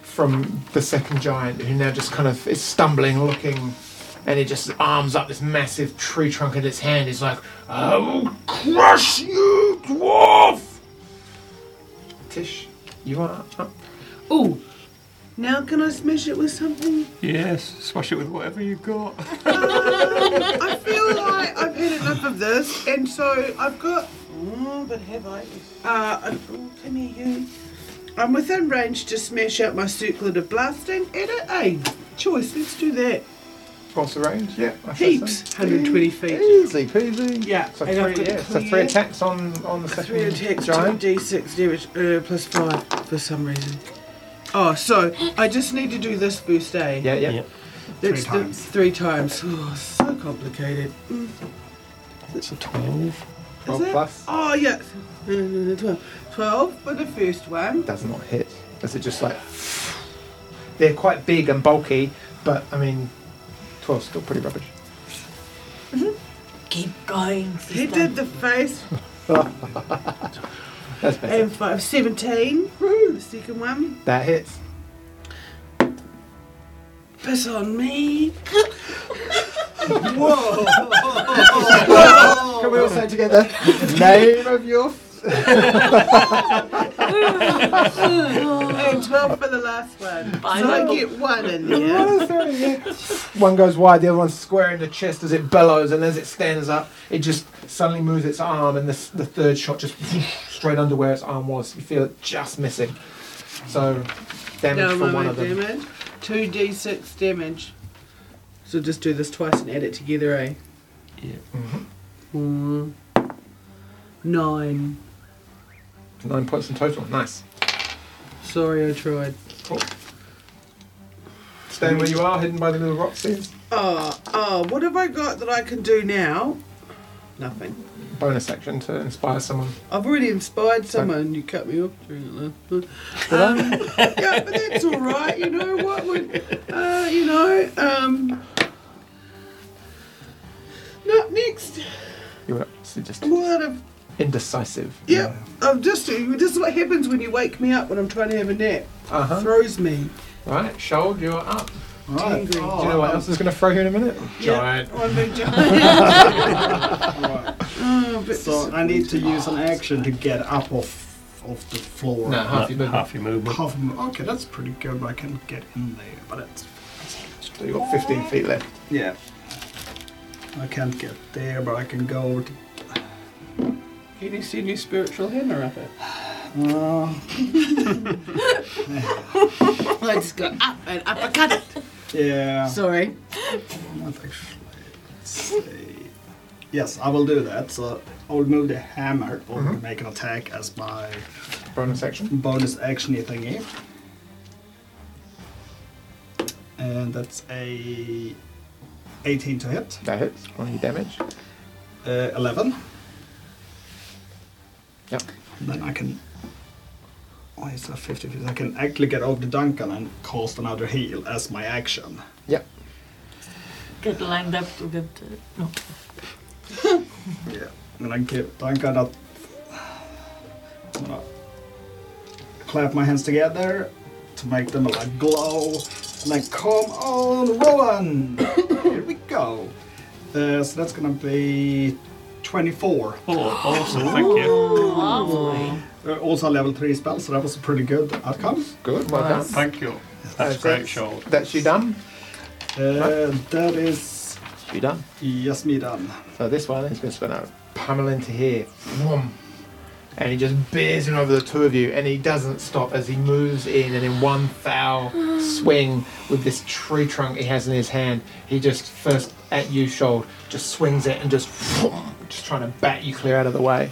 S1: from the second giant, who now just kind of is stumbling, looking, and it just arms up this massive tree trunk in its hand. It's like, I will crush you, dwarf. Tish, you are up.
S4: Ooh, now can I smash it with something?
S2: Yes, swash it with whatever you got.
S5: I feel like I've had enough of this, and so I've got. Oh, but have I? Uh, I'm- oh, come here, you. I'm within range to smash out my circlet of blasting and it. Hey, choice, let's do that.
S1: Across the range, yeah. I should say.
S5: Heaps, 120 feet.
S1: Easy peasy.
S5: Yeah,
S1: So three,
S5: and I've got
S1: yeah, so three
S5: clear-
S1: attacks on on the second
S5: Three attacks,
S1: giant.
S5: two d6 damage, uh, plus five for some reason. Oh, so I just need to do this first, eh?
S1: Yeah, yeah.
S2: Yeah.
S5: That's
S6: Three
S5: the-
S6: times.
S5: three times. Oh, so complicated.
S2: It's a 12.
S1: Twelve
S5: Is it?
S1: plus
S5: Oh, yeah. No, no, no, no, 12. 12 for the first one.
S1: does not hit. Is it just like they're quite big and bulky, but I mean, 12's still pretty rubbish.
S3: Keep going.
S5: He
S3: sister.
S5: did the face
S1: That's better.
S5: and 5, 17. Woo, the second one.
S1: that hits.
S5: Piss on me.
S1: Can we all say together? Name of your. F-
S5: And 12 for the last one.
S3: I
S5: so
S3: know.
S5: I get one in there.
S1: One goes wide, the other one's square in the chest as it bellows, and as it stands up, it just suddenly moves its arm, and the, s- the third shot just straight under where its arm was. You feel it just missing. So, damage
S5: Now
S1: from
S5: my
S1: one
S5: main
S1: of them.
S5: damage. 2d6 damage. So just do this twice and add it together, eh?
S2: Yeah.
S1: Mm-hmm.
S5: Four. Nine.
S1: Nine points in total. Nice.
S5: Sorry, I tried.
S1: Staying where you are, hidden by the little rock scenes.
S5: Oh, oh, what have I got that I can do now? Nothing.
S1: Bonus action to inspire someone.
S5: I've already inspired someone. You cut me off during it. Last um, yeah, but that's all right. You know what would, uh, you know, um, not next.
S1: You were so just
S5: What a
S1: indecisive.
S5: yep. I'm just. This is what happens when you wake me up when I'm trying to have a nap.
S1: Uh huh.
S5: Throws me.
S1: Right, Shold, you're up.
S6: Right. Oh,
S5: Angry.
S1: Do you know what else is going to throw you in a minute? Giant.
S5: Oh, I'm being giant.
S6: Alright.
S5: oh, but
S6: So I need to use an action to get up off off the floor.
S1: No, half your movement.
S2: Half your movement.
S6: Half of- okay, that's pretty good. I can get in there, but it's
S1: So you've got 15 feet left.
S6: yeah. I can't get there, but I can go over to.
S5: Can you see new spiritual hammer up it?
S6: Uh,
S5: I just go up and up. I cut it.
S6: yeah.
S5: Sorry.
S6: Not actually. Let's see. Yes, I will do that. So I will move the hammer or make an attack as my
S1: Bonus action.
S6: bonus actiony thingy. And that's a 18 to hit.
S1: That hits. Only damage.
S6: uh, 11.
S1: Yep.
S6: And then I can. Why is that 50 feet? I can actually get off the Duncan and cast another heal as my action.
S3: Get lined up to get. Uh, no.
S6: Yeah. And I give Duncan a. I'm gonna clap my hands together to make them like glow. And then come on, Rowan! Here we go. Uh, so that's gonna be 24.
S2: Oh, awesome, thank you.
S3: Lovely.
S6: Uh, also a level 3 spell, so that was a pretty good outcome.
S1: Good, well
S3: Nice.
S1: done.
S2: Thank you. That's
S1: Uh,
S2: great, Sean.
S1: That's you done.
S6: Uh, that is.
S1: You done.
S6: Yes, me done.
S1: So this one is going to spin out. Pummel into here. Vroom. And he just bears in over the two of you, and he doesn't stop as he moves in, and in one foul swing with this tree trunk he has in his hand, he just first at you, Shold, just swings it and just vroom, just trying to bat you clear out of the way.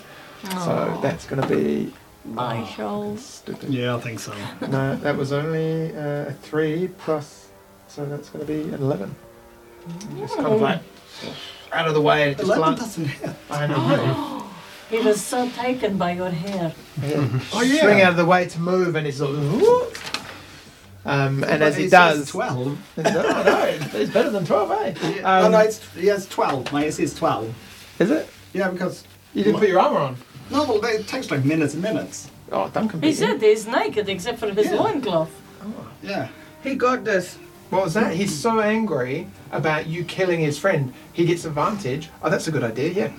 S1: So that's going to be
S3: My shoulder.
S1: stupid.
S6: Yeah, I think so.
S1: No, that was only uh, a three plus, so that's going to be an eleven. Just kind of like out of the way. and it Just
S6: 11
S1: glance-
S6: doesn't hit.
S1: I know.
S3: He was so taken by your hair.
S6: Oh, yeah.
S1: Swing out of the way to move, and it's sort of. "Whoop." Um, and as
S6: But
S1: it
S6: it says
S1: does,
S6: 12.
S1: it's, oh, no, it's, it's better than twelve, eh?
S6: oh,
S1: Um,
S6: no, it's, yeah, it's 12. My AC is 12.
S1: Is it?
S6: Yeah, because.
S1: You didn't put your armor on.
S6: No, well, it takes like minutes and minutes.
S1: Oh, Duncan. beat
S3: He
S1: you.
S3: said he's naked except for his
S6: Yeah.
S3: loincloth.
S6: Yeah.
S4: He got this.
S1: What was that? He's so angry about you killing his friend, he gets advantage. Oh, that's a good idea. Yeah.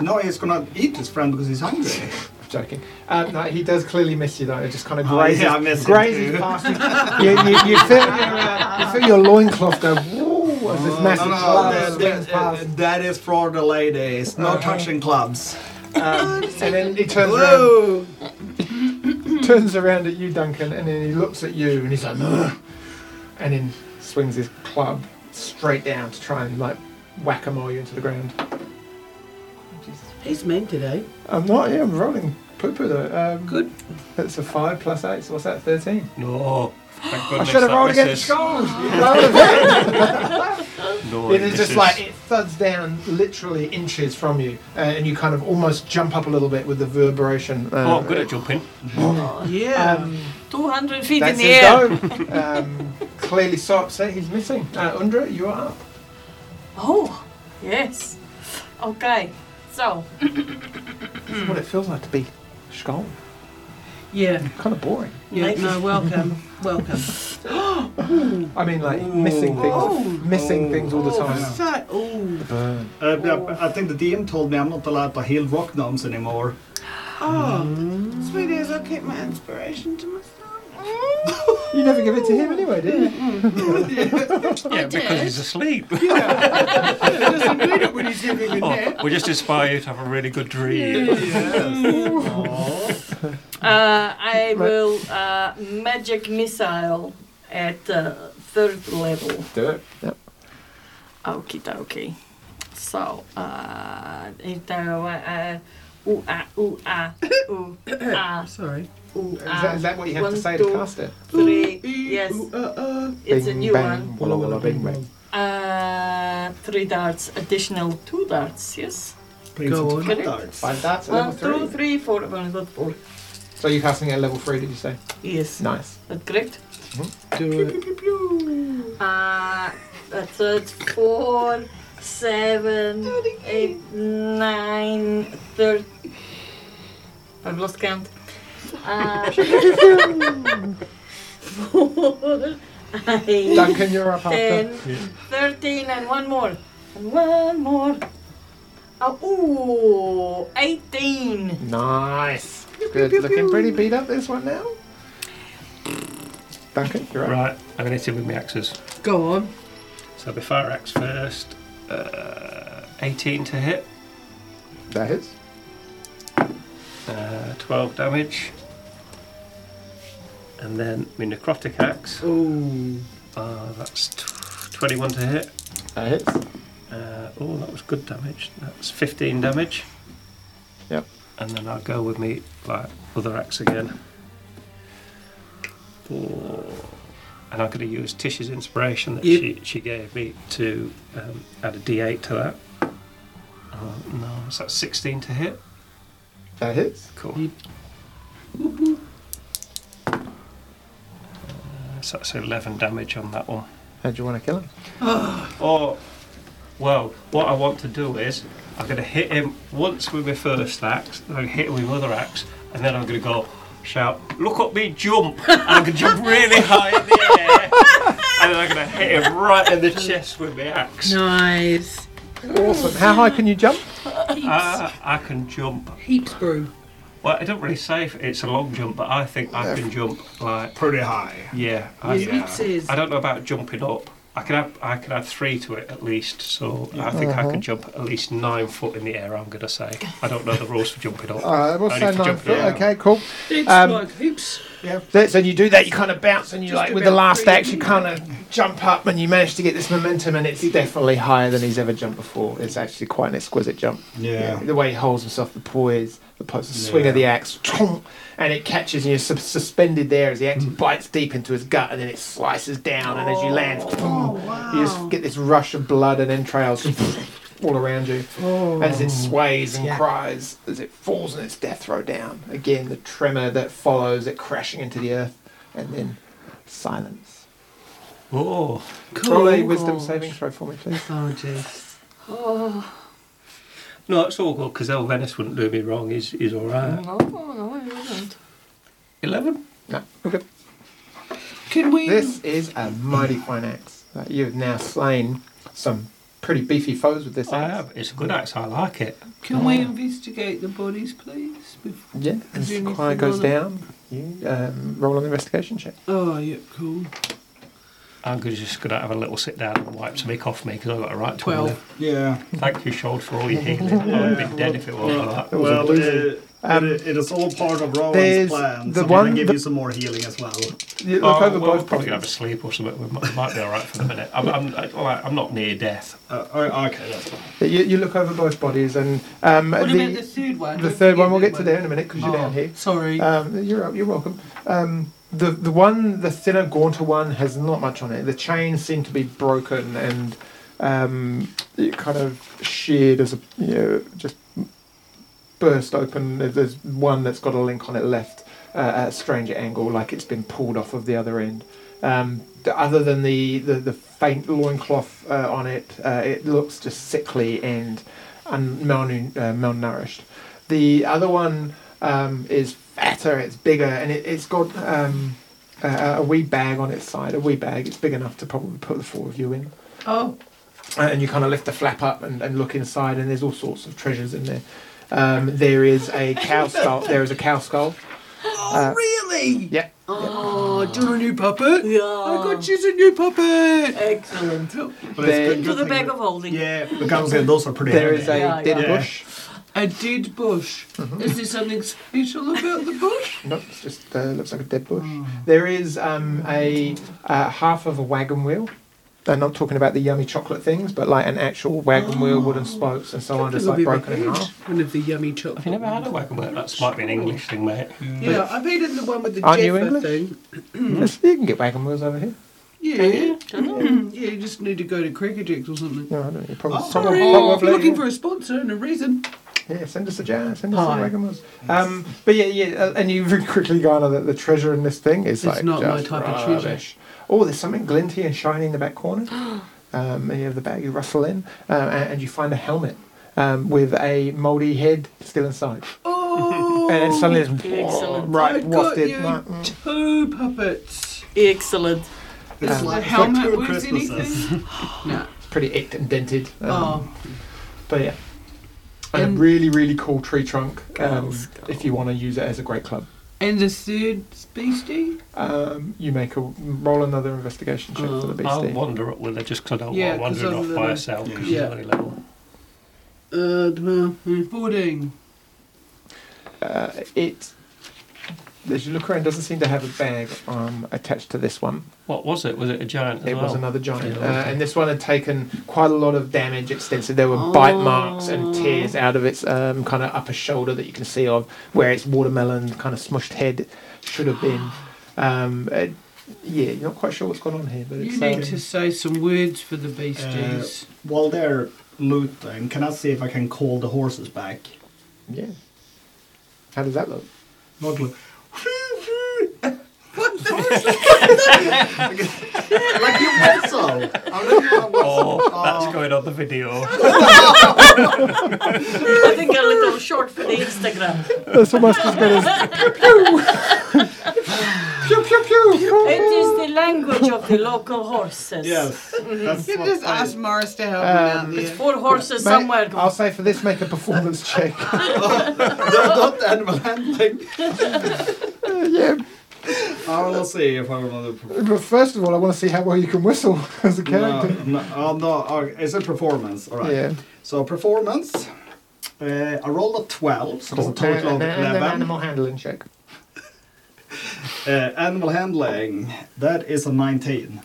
S6: No, he's gonna eat his friend because he's hungry.
S1: joking. Um, no, he does clearly miss you though. It just kind of
S6: Oh,
S1: grazes,
S6: yeah, I miss him
S1: grazes
S6: too.
S1: past you. you, you, you, feel, uh, you feel your loincloth go woo as this massive club swings past.
S6: uh, that is for the ladies. No touching clubs.
S1: Um, and then he turns
S6: Whoa!
S1: around, turns around at you, Duncan, and then he looks at you and he's like, "Ugh," and then swings his club straight down to try and like whack a mole you into the ground.
S4: He's mean today.
S1: I'm not. Yeah, I'm rolling poo poo though. Um,
S4: Good.
S1: That's a five plus eight. So what's that? Thirteen.
S2: No. Thank
S1: I
S2: goodness
S1: should have
S2: that
S1: rolled against
S2: misses.
S1: Skulls. That would have hit.
S2: No,
S1: It is just
S2: misses.
S1: like it thuds down literally inches from you, uh, and you kind of almost jump up a little bit with the reverberation. Uh,
S2: Oh, I'm good at jumping.
S4: Yeah.
S1: Um,
S3: 200 feet in
S1: that's
S3: the
S1: his
S3: air.
S1: go. Um, clearly, so upset he's missing. Uh, Undra, you are up.
S3: Oh, yes. Okay, so.
S1: That's what it feels like to be skull.
S4: yeah.
S1: Kind of boring.
S4: Yeah.
S3: Maybe.
S4: No, welcome. welcome.
S1: I mean, like missing things, missing things
S5: Oh,
S1: all the time.
S4: So, ooh.
S1: Burn.
S6: Uh, yeah, I think the DM told me I'm not allowed to heal rock gnomes anymore.
S4: Oh. Sweetie, as I keep my inspiration to myself.
S1: You never give it to him anyway, do you?
S2: Yeah, because he's asleep.
S4: He doesn't need it when he's having a
S2: Oh,
S4: nap.
S2: we just inspire you to have a really good dream.
S3: Uh, I will uh, magic missile at uh, third level.
S1: Do it. Yep.
S3: Okie dokie. So, uh, it, uh, uh, ooh, ah, ooh, ah, ooh, ah,
S4: Sorry.
S3: ooh,
S1: Is, that,
S3: ah.
S1: is that what you have
S3: one,
S1: to say
S3: two,
S1: to cast it?
S3: Three,
S4: Ooh,
S3: yes,
S4: ooh, uh, uh.
S3: it's a
S1: Bing,
S3: new
S1: bang,
S3: one.
S1: Walla, walla, bing, bang.
S3: Uh, three darts, additional two darts, yes?
S6: Brings
S4: Go
S6: it to
S4: on.
S6: five darts.
S1: Five darts at level
S3: One,
S1: three.
S3: two, three, four. I've only got four.
S1: So you're casting it at level three, did you say?
S3: Yes,
S1: Nice.
S3: that correct?
S4: Do it.
S3: Uh, that's it. Four, seven, eight, nine, thirty. I've lost count. Uh, four, eight,
S1: Duncan, you're up after.
S3: ten, thirteen, and one more. And one more. Oh, ooh, 18.
S1: Nice. Good. Looking pretty beat up this one now. Duncan, you're up.
S2: Right, I'm going to hit him with my axes.
S4: Go on.
S2: So it'll be fire axe first. Uh, 18 to hit,
S1: That hits.
S2: uh, 12 damage. And then my necrotic axe.
S4: Ooh.
S2: Uh, that's tw 21 to hit.
S1: That hits.
S2: Uh, oh, that was good damage. That's 15 damage.
S1: Yep.
S2: And then I'll go with me like other axe again. Oh. And I'm going to use Tish's inspiration that
S4: Yep.
S2: she, she gave me to um, add a D8 to that. Uh, no, is that 16 to hit?
S1: That hits.
S2: Cool. Uh, so that's 11 damage on that one.
S1: How do you want to kill him?
S2: Or, well, what I want to do is I'm going to hit him once with my first axe, then I'm going to hit him with another axe, and then I'm going to go shout, "Look up me jump!" And I'm going to jump really high in the air, and then I'm going to hit him right in the chest with my axe.
S7: Nice.
S1: Awesome. How high can you jump?
S2: Uh, I can jump.
S7: Heaps brew.
S2: Well, I don't really say if it's a long jump, but I think I can jump like
S6: Pretty high.
S2: yeah. I,
S4: Yes, it is.
S2: I don't know about jumping up. I can add, I can add three to it at least, so I think
S1: Uh-huh.
S2: I can jump at least nine foot in the air. I'm going to say I don't know the rules for jumping up.
S1: Uh, we'll
S2: I
S1: say
S2: need to
S1: nine
S2: jump
S1: foot.
S2: down.
S1: Okay, cool.
S5: It's
S1: Um,
S5: like heaps.
S1: Yeah. So you do that, you kind of bounce, and you
S5: Just
S1: like with
S5: about
S1: the last
S5: three.
S1: axe, you kind of jump up, and you manage to get this momentum, and it's definitely higher than he's ever jumped before. It's actually quite an exquisite jump.
S6: Yeah.
S1: The way he holds himself, the poise, the, pose, the swing
S6: Yeah.
S1: of the axe, chomp, and it catches, and you're sus- suspended there as the axe bites deep into his gut, and then it slices down, and as you land, boom, you just get this rush of blood and entrails all around you as it sways and cries as it falls in its death throw down. Again, the tremor that follows it crashing into the earth, and then silence.
S2: Oh,
S1: Roll a wisdom saving throw for me, please.
S7: Oh, jeez.
S3: Oh,
S2: no, it's all good because El Venice wouldn't do me wrong. He's, he's all right.
S3: no, no, I wouldn't.
S2: Eleven.
S1: No, okay.
S5: Can we?
S1: This is a mighty fine axe. Uh, you've now slain some pretty beefy foes with this
S2: I
S1: axe.
S2: have. It's a good axe. I like it.
S5: Can we investigate the bodies, please? Bef-
S1: Yeah, as
S5: Do
S1: the
S5: you need
S1: client
S5: to roll
S1: goes
S5: a-
S1: down, you um, roll an investigation check.
S5: Oh, yep, cool.
S2: I'm gonna- just going to have a little sit down and wipe some ick off me because I got a right
S1: Uh,
S2: to
S5: Twelve.
S2: live.
S6: Yeah.
S2: Thank you, Shod, for all your healing. I would have been dead if it wasn't for that.
S1: That was a
S6: Well, uh,
S1: doozy.
S6: it,
S1: Um,
S6: it, it is all part of
S1: there's
S6: Rowan's plan.
S1: the
S6: So I'm
S1: one
S6: gonna give
S1: that-
S6: you some more healing as well.
S1: You look
S2: Oh,
S1: over
S2: well,
S1: both
S2: probably gonna have a
S1: properties.
S2: sleep or something. We might, might be all right for the minute. I'm, I'm, I- all right, I'm not near death.
S6: Uh, oh, okay, that's fine.
S1: You, you look over both bodies, and um,
S4: What about the
S1: the,
S4: third one?
S1: the
S4: Don't
S1: third
S4: forget
S1: one we'll
S4: that
S1: get to there in a minute because you're
S5: Oh.
S1: down here.
S4: Sorry.
S1: Um, you're up- you're welcome. Um, the the one the thinner gaunter one has not much on it. The chains seem to be broken and um, it kind of sheared as a you know just burst open. There- There's one that's got a link on it left uh, at a strange angle, like it's been pulled off of the other end. Um, the- other than the, the, the faint loincloth uh, on it, uh, it looks just sickly and un- malnu- uh, malnourished. The other one um, is fatter, it's bigger, and it, it's got um, a, a wee bag on its side. A wee bag, it's big enough to probably put the four of you in.
S4: oh,
S1: Uh, and you kind of lift the flap up and, and look inside, and there's all sorts of treasures in there. Um, there is a cow skull. There is a cow skull. Uh,
S4: really?
S1: yeah,
S4: Oh, do you want a new puppet?
S3: Yeah.
S4: I got you a new puppet.
S3: Excellent.
S6: But Oh. it's
S1: They-
S6: good-
S3: Into the
S6: good thing
S3: bag
S6: that-
S3: of holding.
S6: Yeah, because I was saying those are pretty
S1: there
S6: heavy.
S1: is a
S3: Yeah,
S1: dead
S6: yeah.
S1: bush.
S4: A dead bush.
S1: Mm-hmm.
S4: Is there something special about the bush?
S1: No, it's just uh, looks like a dead bush.
S5: Hmm.
S1: There is um, a uh, half of a wagon wheel. I'm not talking about the yummy chocolate things, but like an actual wagon wheel, wooden spokes, and so on, just
S5: It'll
S1: like
S5: Oh. be
S1: broken in
S5: repeat.
S1: half.
S5: One of the yummy chocolate.
S2: Have you never had a wagon wheel? That might be an English thing, mate.
S1: Mm.
S5: Yeah, I've eaten the one with the
S1: Aren't you
S5: Jaffa
S1: English?
S5: thing. Hmm.
S1: Yes, You can get wagon wheels over here.
S5: Yeah, yeah. you just need to go to Cracker Jacks or something.
S1: No, I don't know. Probably,
S6: Oh,
S1: probably,
S5: Sorry, if
S1: probably-
S5: you're looking for a sponsor and a reason.
S1: Yeah, send us a jar, send us some
S4: Pie.
S1: wagon wheels. Um, but yeah, yeah, uh, and you very quickly go on that the treasure in this thing is
S5: It's
S1: like
S5: not my
S1: just
S5: type of treasure.
S1: rubbish. Oh, there's something glinty and shiny in the back corner. Um, and you have the bag you rustle in, um, and, and you find a helmet um, with a mouldy head still inside.
S5: Oh,
S1: and then suddenly it's
S3: Excellent.
S1: right
S5: I've got
S1: wafted.
S5: you
S1: right, mm.
S5: two puppets.
S3: Excellent.
S6: It's
S1: Um,
S5: the
S6: like, it's like
S5: helmet
S6: two
S5: worth
S6: Christmases.
S5: No.
S1: It's pretty icked and dented. Um,
S5: Oh,
S1: But yeah. And,
S5: And-
S1: a really, really cool tree trunk um,
S3: Girls,
S1: if you want to use it as a great club.
S5: and the third species?
S1: Um, you make a roll another investigation check for the beastie.
S5: Oh.
S2: I'll wander up with her just 'cause I don't
S5: Yeah,
S2: want
S5: 'cause
S2: wandering
S5: I'm
S2: off
S5: little.
S2: by herself 'cause she's
S5: Yeah.
S2: only little.
S5: Uh, well, hmm, 14.
S1: uh, it as you look around doesn't seem to have a bag um, attached to this one
S2: What was it? Was it a giant? as
S1: it was
S2: well?
S1: another giant
S2: Yeah,
S1: uh,
S2: okay.
S1: and this one had taken quite a lot of damage extensive there were bite marks and tears out of its um, kind of upper shoulder that you can see of where its watermelon kind of smushed head should have been um, it- yeah you're not quite sure what's gone on here but um,
S5: You
S1: it's
S5: need
S1: um,
S5: to say some words for the beasties.
S6: While they're loot then, can I see if I can call the horses back?
S1: Yeah. How does that look?
S6: Not look. like your whistle. I'm looking at a whistle.
S2: Oh, that's going on the video.
S3: Oh. I think a little short for the Instagram.
S1: That's almost as good as. pew, pew, pew, pew.
S3: It is the language of the local horses.
S6: Yes. That's
S7: You can
S6: what
S7: just
S6: I-
S7: ask Mars to help um, you out there.
S3: Four horses
S1: Mate,
S3: somewhere.
S1: I'll say for this, make a performance check.
S6: They're not animal handling.
S1: yeah.
S6: I will see if I want to perform.
S1: But first of all, I want to see how well you can whistle as a
S6: No,
S1: character.
S6: no, oh, no, oh, it's a performance. All right.
S1: Yeah.
S6: So performance. Uh, I rolled a 12, so that's a
S1: Cool. And,
S6: total of
S1: and an
S6: 11.
S1: animal handling check.
S6: Uh, animal handling, that is a 19.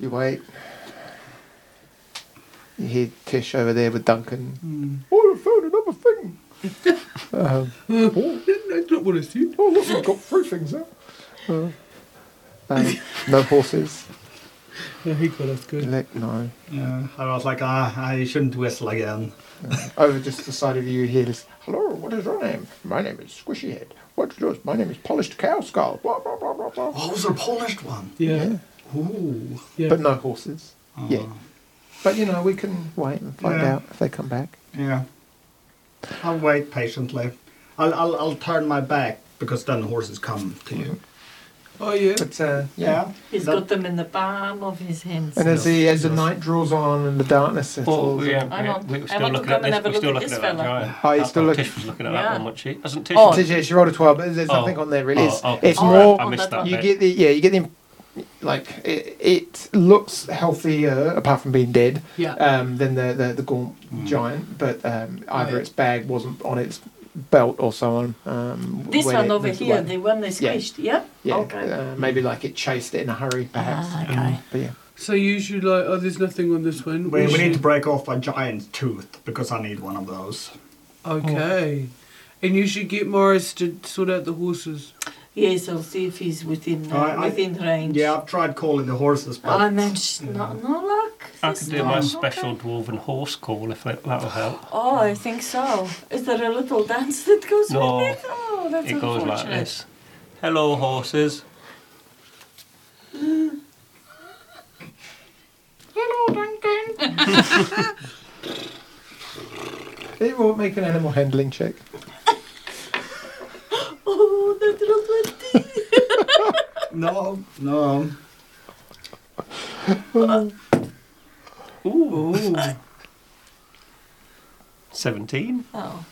S1: You wait. You hear Tish over there with Duncan. Oh, I found another thing. um, oh,
S5: That's not what I said.
S1: oh, look, we've got three things now. Uh, um, no horses.
S5: No, he got us good.
S1: Elect, no.
S6: Yeah. I was like, ah, I shouldn't whistle again.
S1: Over just the side of you, you hear this. Hello, what is your name? My name is Squishy Head. What's yours? My name is Polished Cow Skull. Blah, blah, blah, blah, blah.
S6: Oh, it was a polished one.
S5: Yeah.
S6: Ooh.
S5: yeah.
S1: But no horses. Yeah.
S6: Oh.
S1: But you know, we can wait and find
S6: Yeah.
S1: out if they come back.
S6: Yeah. I'll wait patiently. I'll, I'll, I'll turn my back because then the horses come to you.
S5: Oh, yeah.
S1: But uh,
S6: Yeah.
S3: He's got them in the palm of his hands.
S1: And as the as the
S6: Yes.
S1: night draws on and the darkness
S2: Well,
S1: settles,
S2: Oh, yeah,
S3: I
S2: yeah,
S3: want-
S2: we were
S3: I
S2: still
S3: want to
S2: looking at
S3: come and
S2: this.
S3: have a
S2: We're
S3: look
S2: still
S3: at
S2: looking
S3: this
S2: at that
S3: fella.
S2: giant.
S1: Oh, you
S2: That-
S1: still
S2: oh,
S1: look-
S2: Tish was looking at
S3: Yeah.
S2: that one, wasn't she? Hasn't Tish?
S3: Oh.
S1: Tish, yeah, she rolled a twelve, but there's nothing
S2: Oh.
S1: on there really. It's,
S2: Oh, okay.
S1: it's
S2: Sorry,
S1: more
S2: I missed that
S1: you
S2: bit.
S1: get the yeah you get the imp- like it, it looks healthier apart from being dead
S7: Yeah.
S1: um, than the the, the gaunt
S2: Hmm.
S1: giant, but um, either
S7: Right.
S1: its bag wasn't on its belt or so on. Um,
S3: This
S1: when
S3: one
S1: it-
S3: over here,
S1: when-
S3: the one they squished, yeah?
S1: yeah,
S3: Okay.
S1: uh, maybe like it chased it in a hurry, perhaps.
S3: Ah, okay.
S1: But yeah,
S5: So you should like, oh, there's nothing on this one.
S6: We, we
S5: should-
S6: need to break off a giant tooth because I need one of those.
S5: Okay.
S6: Oh.
S5: And you should get Morris to sort out the horses.
S3: Yes, I'll see if he's within uh,
S6: I- I-
S3: within range. Oh,
S6: Yeah, I've tried calling the horses, but
S3: I mentioned no, no luck.
S2: I
S3: this
S2: could do
S3: time.
S2: my
S3: Okay.
S2: special dwarven horse call if that, that'll help.
S3: Oh, I think so. Is there a little dance that goes
S2: No.
S3: with it? Oh, that's
S2: it goes like
S3: unfortunate.
S2: this Hello, horses.
S1: it will make an animal handling check.
S3: Oh, that little twenty.
S6: no, no.
S2: Ooh. 17.
S3: Oh,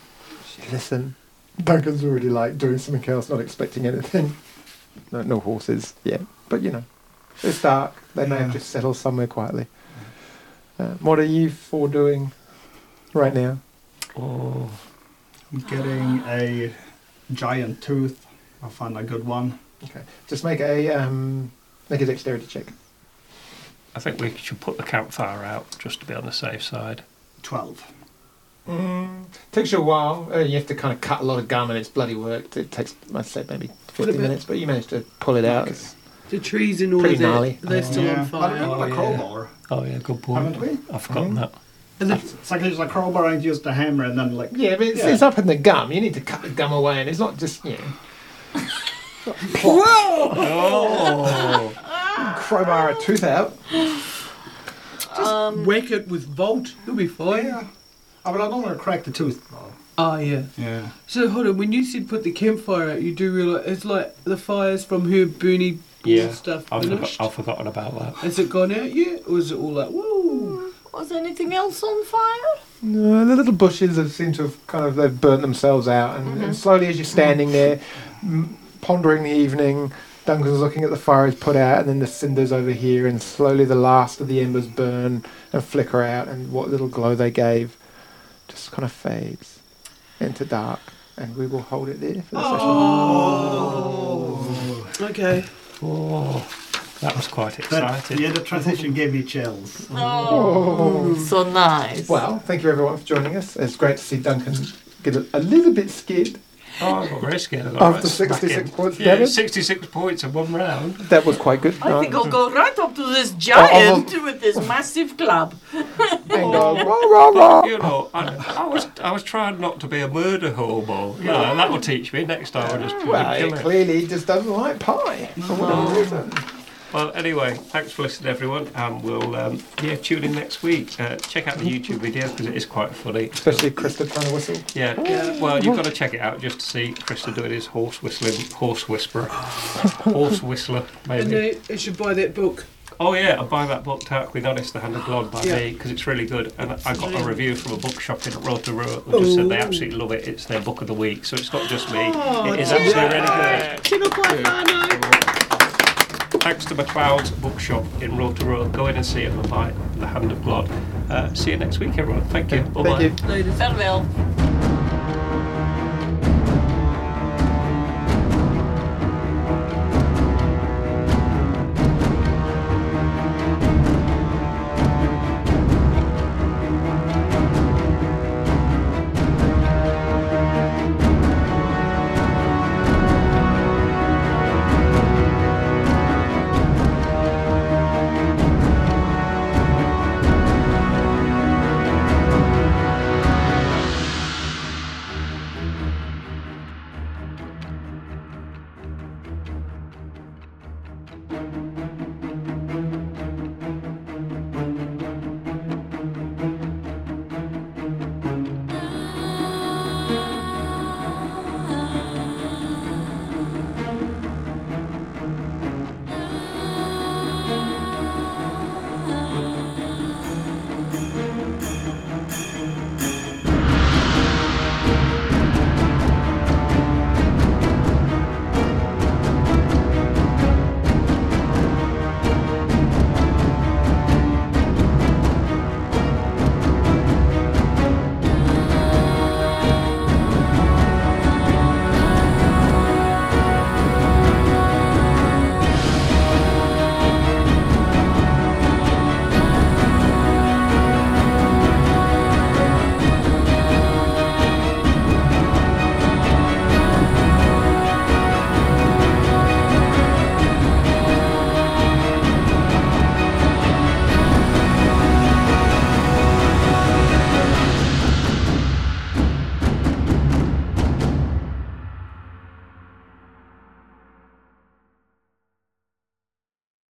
S1: Listen, Duncan's already like doing something else, not expecting anything. No, no horses yet, but you know, it's dark. They may have
S6: Yeah.
S1: just settled somewhere quietly. Uh, what are you four doing right now?
S2: Oh.
S6: I'm getting a giant tooth. I'll find a good one.
S1: Okay, just make a um, make a dexterity check.
S2: I think we should put the campfire out just to be on the safe side.
S6: 12.
S1: Mm, takes you a while. Uh, you have to kind of cut a lot of gum, and it's bloody work. It takes, I said, maybe fifteen
S5: bit.
S1: minutes, but you managed to pull it out. It's-
S5: The trees and all
S1: Pretty
S5: of that,
S1: gnarly.
S5: they're still
S6: yeah.
S5: on fire.
S6: I've got a
S5: yeah.
S6: crowbar.
S2: Oh, yeah, good
S6: Haven't we?
S2: point. I've forgotten that.
S5: And the-
S6: It's like there's a crowbar and just a hammer and then like.
S1: Yeah, but it's,
S6: Yeah.
S1: it's up in the gum. You need to cut the gum away, and it's not just you know,
S2: Oh!
S1: crowbar a tooth out.
S5: Whack Um, it with Volt, you'll be fine.
S6: Yeah. I mean, I don't want to crack the tooth though.
S5: Oh, yeah.
S6: Yeah.
S5: So hold on, when you said put the campfire out, you do realise it's like the fire's from her Bernie
S2: Yeah,
S5: stuff
S2: I've, forgot,
S5: finished.
S2: I've forgotten about that.
S5: Has it gone out yet? Or is it all like, whoa?
S3: was anything else on fire?
S1: No, the little bushes have seem to have kind of they've burnt themselves out, and, and slowly as you're standing there, m- pondering the evening, Duncan's looking at the fire he's put out, and then the cinders over here, and slowly the last of the embers burn and flicker out, and what little glow they gave just kind of fades into dark, and we will hold it there for the
S5: Okay.
S2: Oh, that was quite
S6: That,
S2: exciting.
S6: yeah, the transition gave me chills.
S3: Oh, so nice.
S1: session. Well, thank you everyone for joining us. It's great to see Duncan get a, a little bit scared.
S2: Oh, I got very scared. I got
S1: After
S2: right smack
S1: 66
S2: in.
S1: points
S2: Yeah,
S1: damage?
S2: 66 points in one round.
S1: That was quite good.
S3: I think I'll go right up to this
S1: I'll-
S3: giant with this massive club.
S1: and go, rah, rah, rah.
S2: You know, I, I was I was trying not to be a murder hobo. You know, that will teach me. Next time I'll just
S1: Well,
S2: kill
S1: it
S2: it.
S1: clearly just doesn't like pie for whatever reason.
S2: Well, anyway, thanks for listening, everyone, and we'll um, yeah tune in next week. Uh, check out the YouTube video because it is quite funny.
S1: Especially Krista trying to whistle.
S2: Yeah, well, you've got to check it out just to see Krista doing his horse whistling, horse whisperer, horse whistler,
S5: And
S2: maybe.
S5: they, they should buy that book.
S2: Oh yeah, I buy that book, Tark with Honest, The Hand of Blood by
S5: Yeah.
S2: me because it's really good. And I got a review from a bookshop in Rotorua who just said they absolutely love it. It's their book of the week, so it's not just me. it is actually really good.
S5: Tino Paimano.
S2: Thanks to McLeod's bookshop in Rotorua. Go in and see it and buy The Hand of Blood. Uh, see you next week, everyone. Thank you. Bye bye.
S1: Thank you.
S3: Farewell.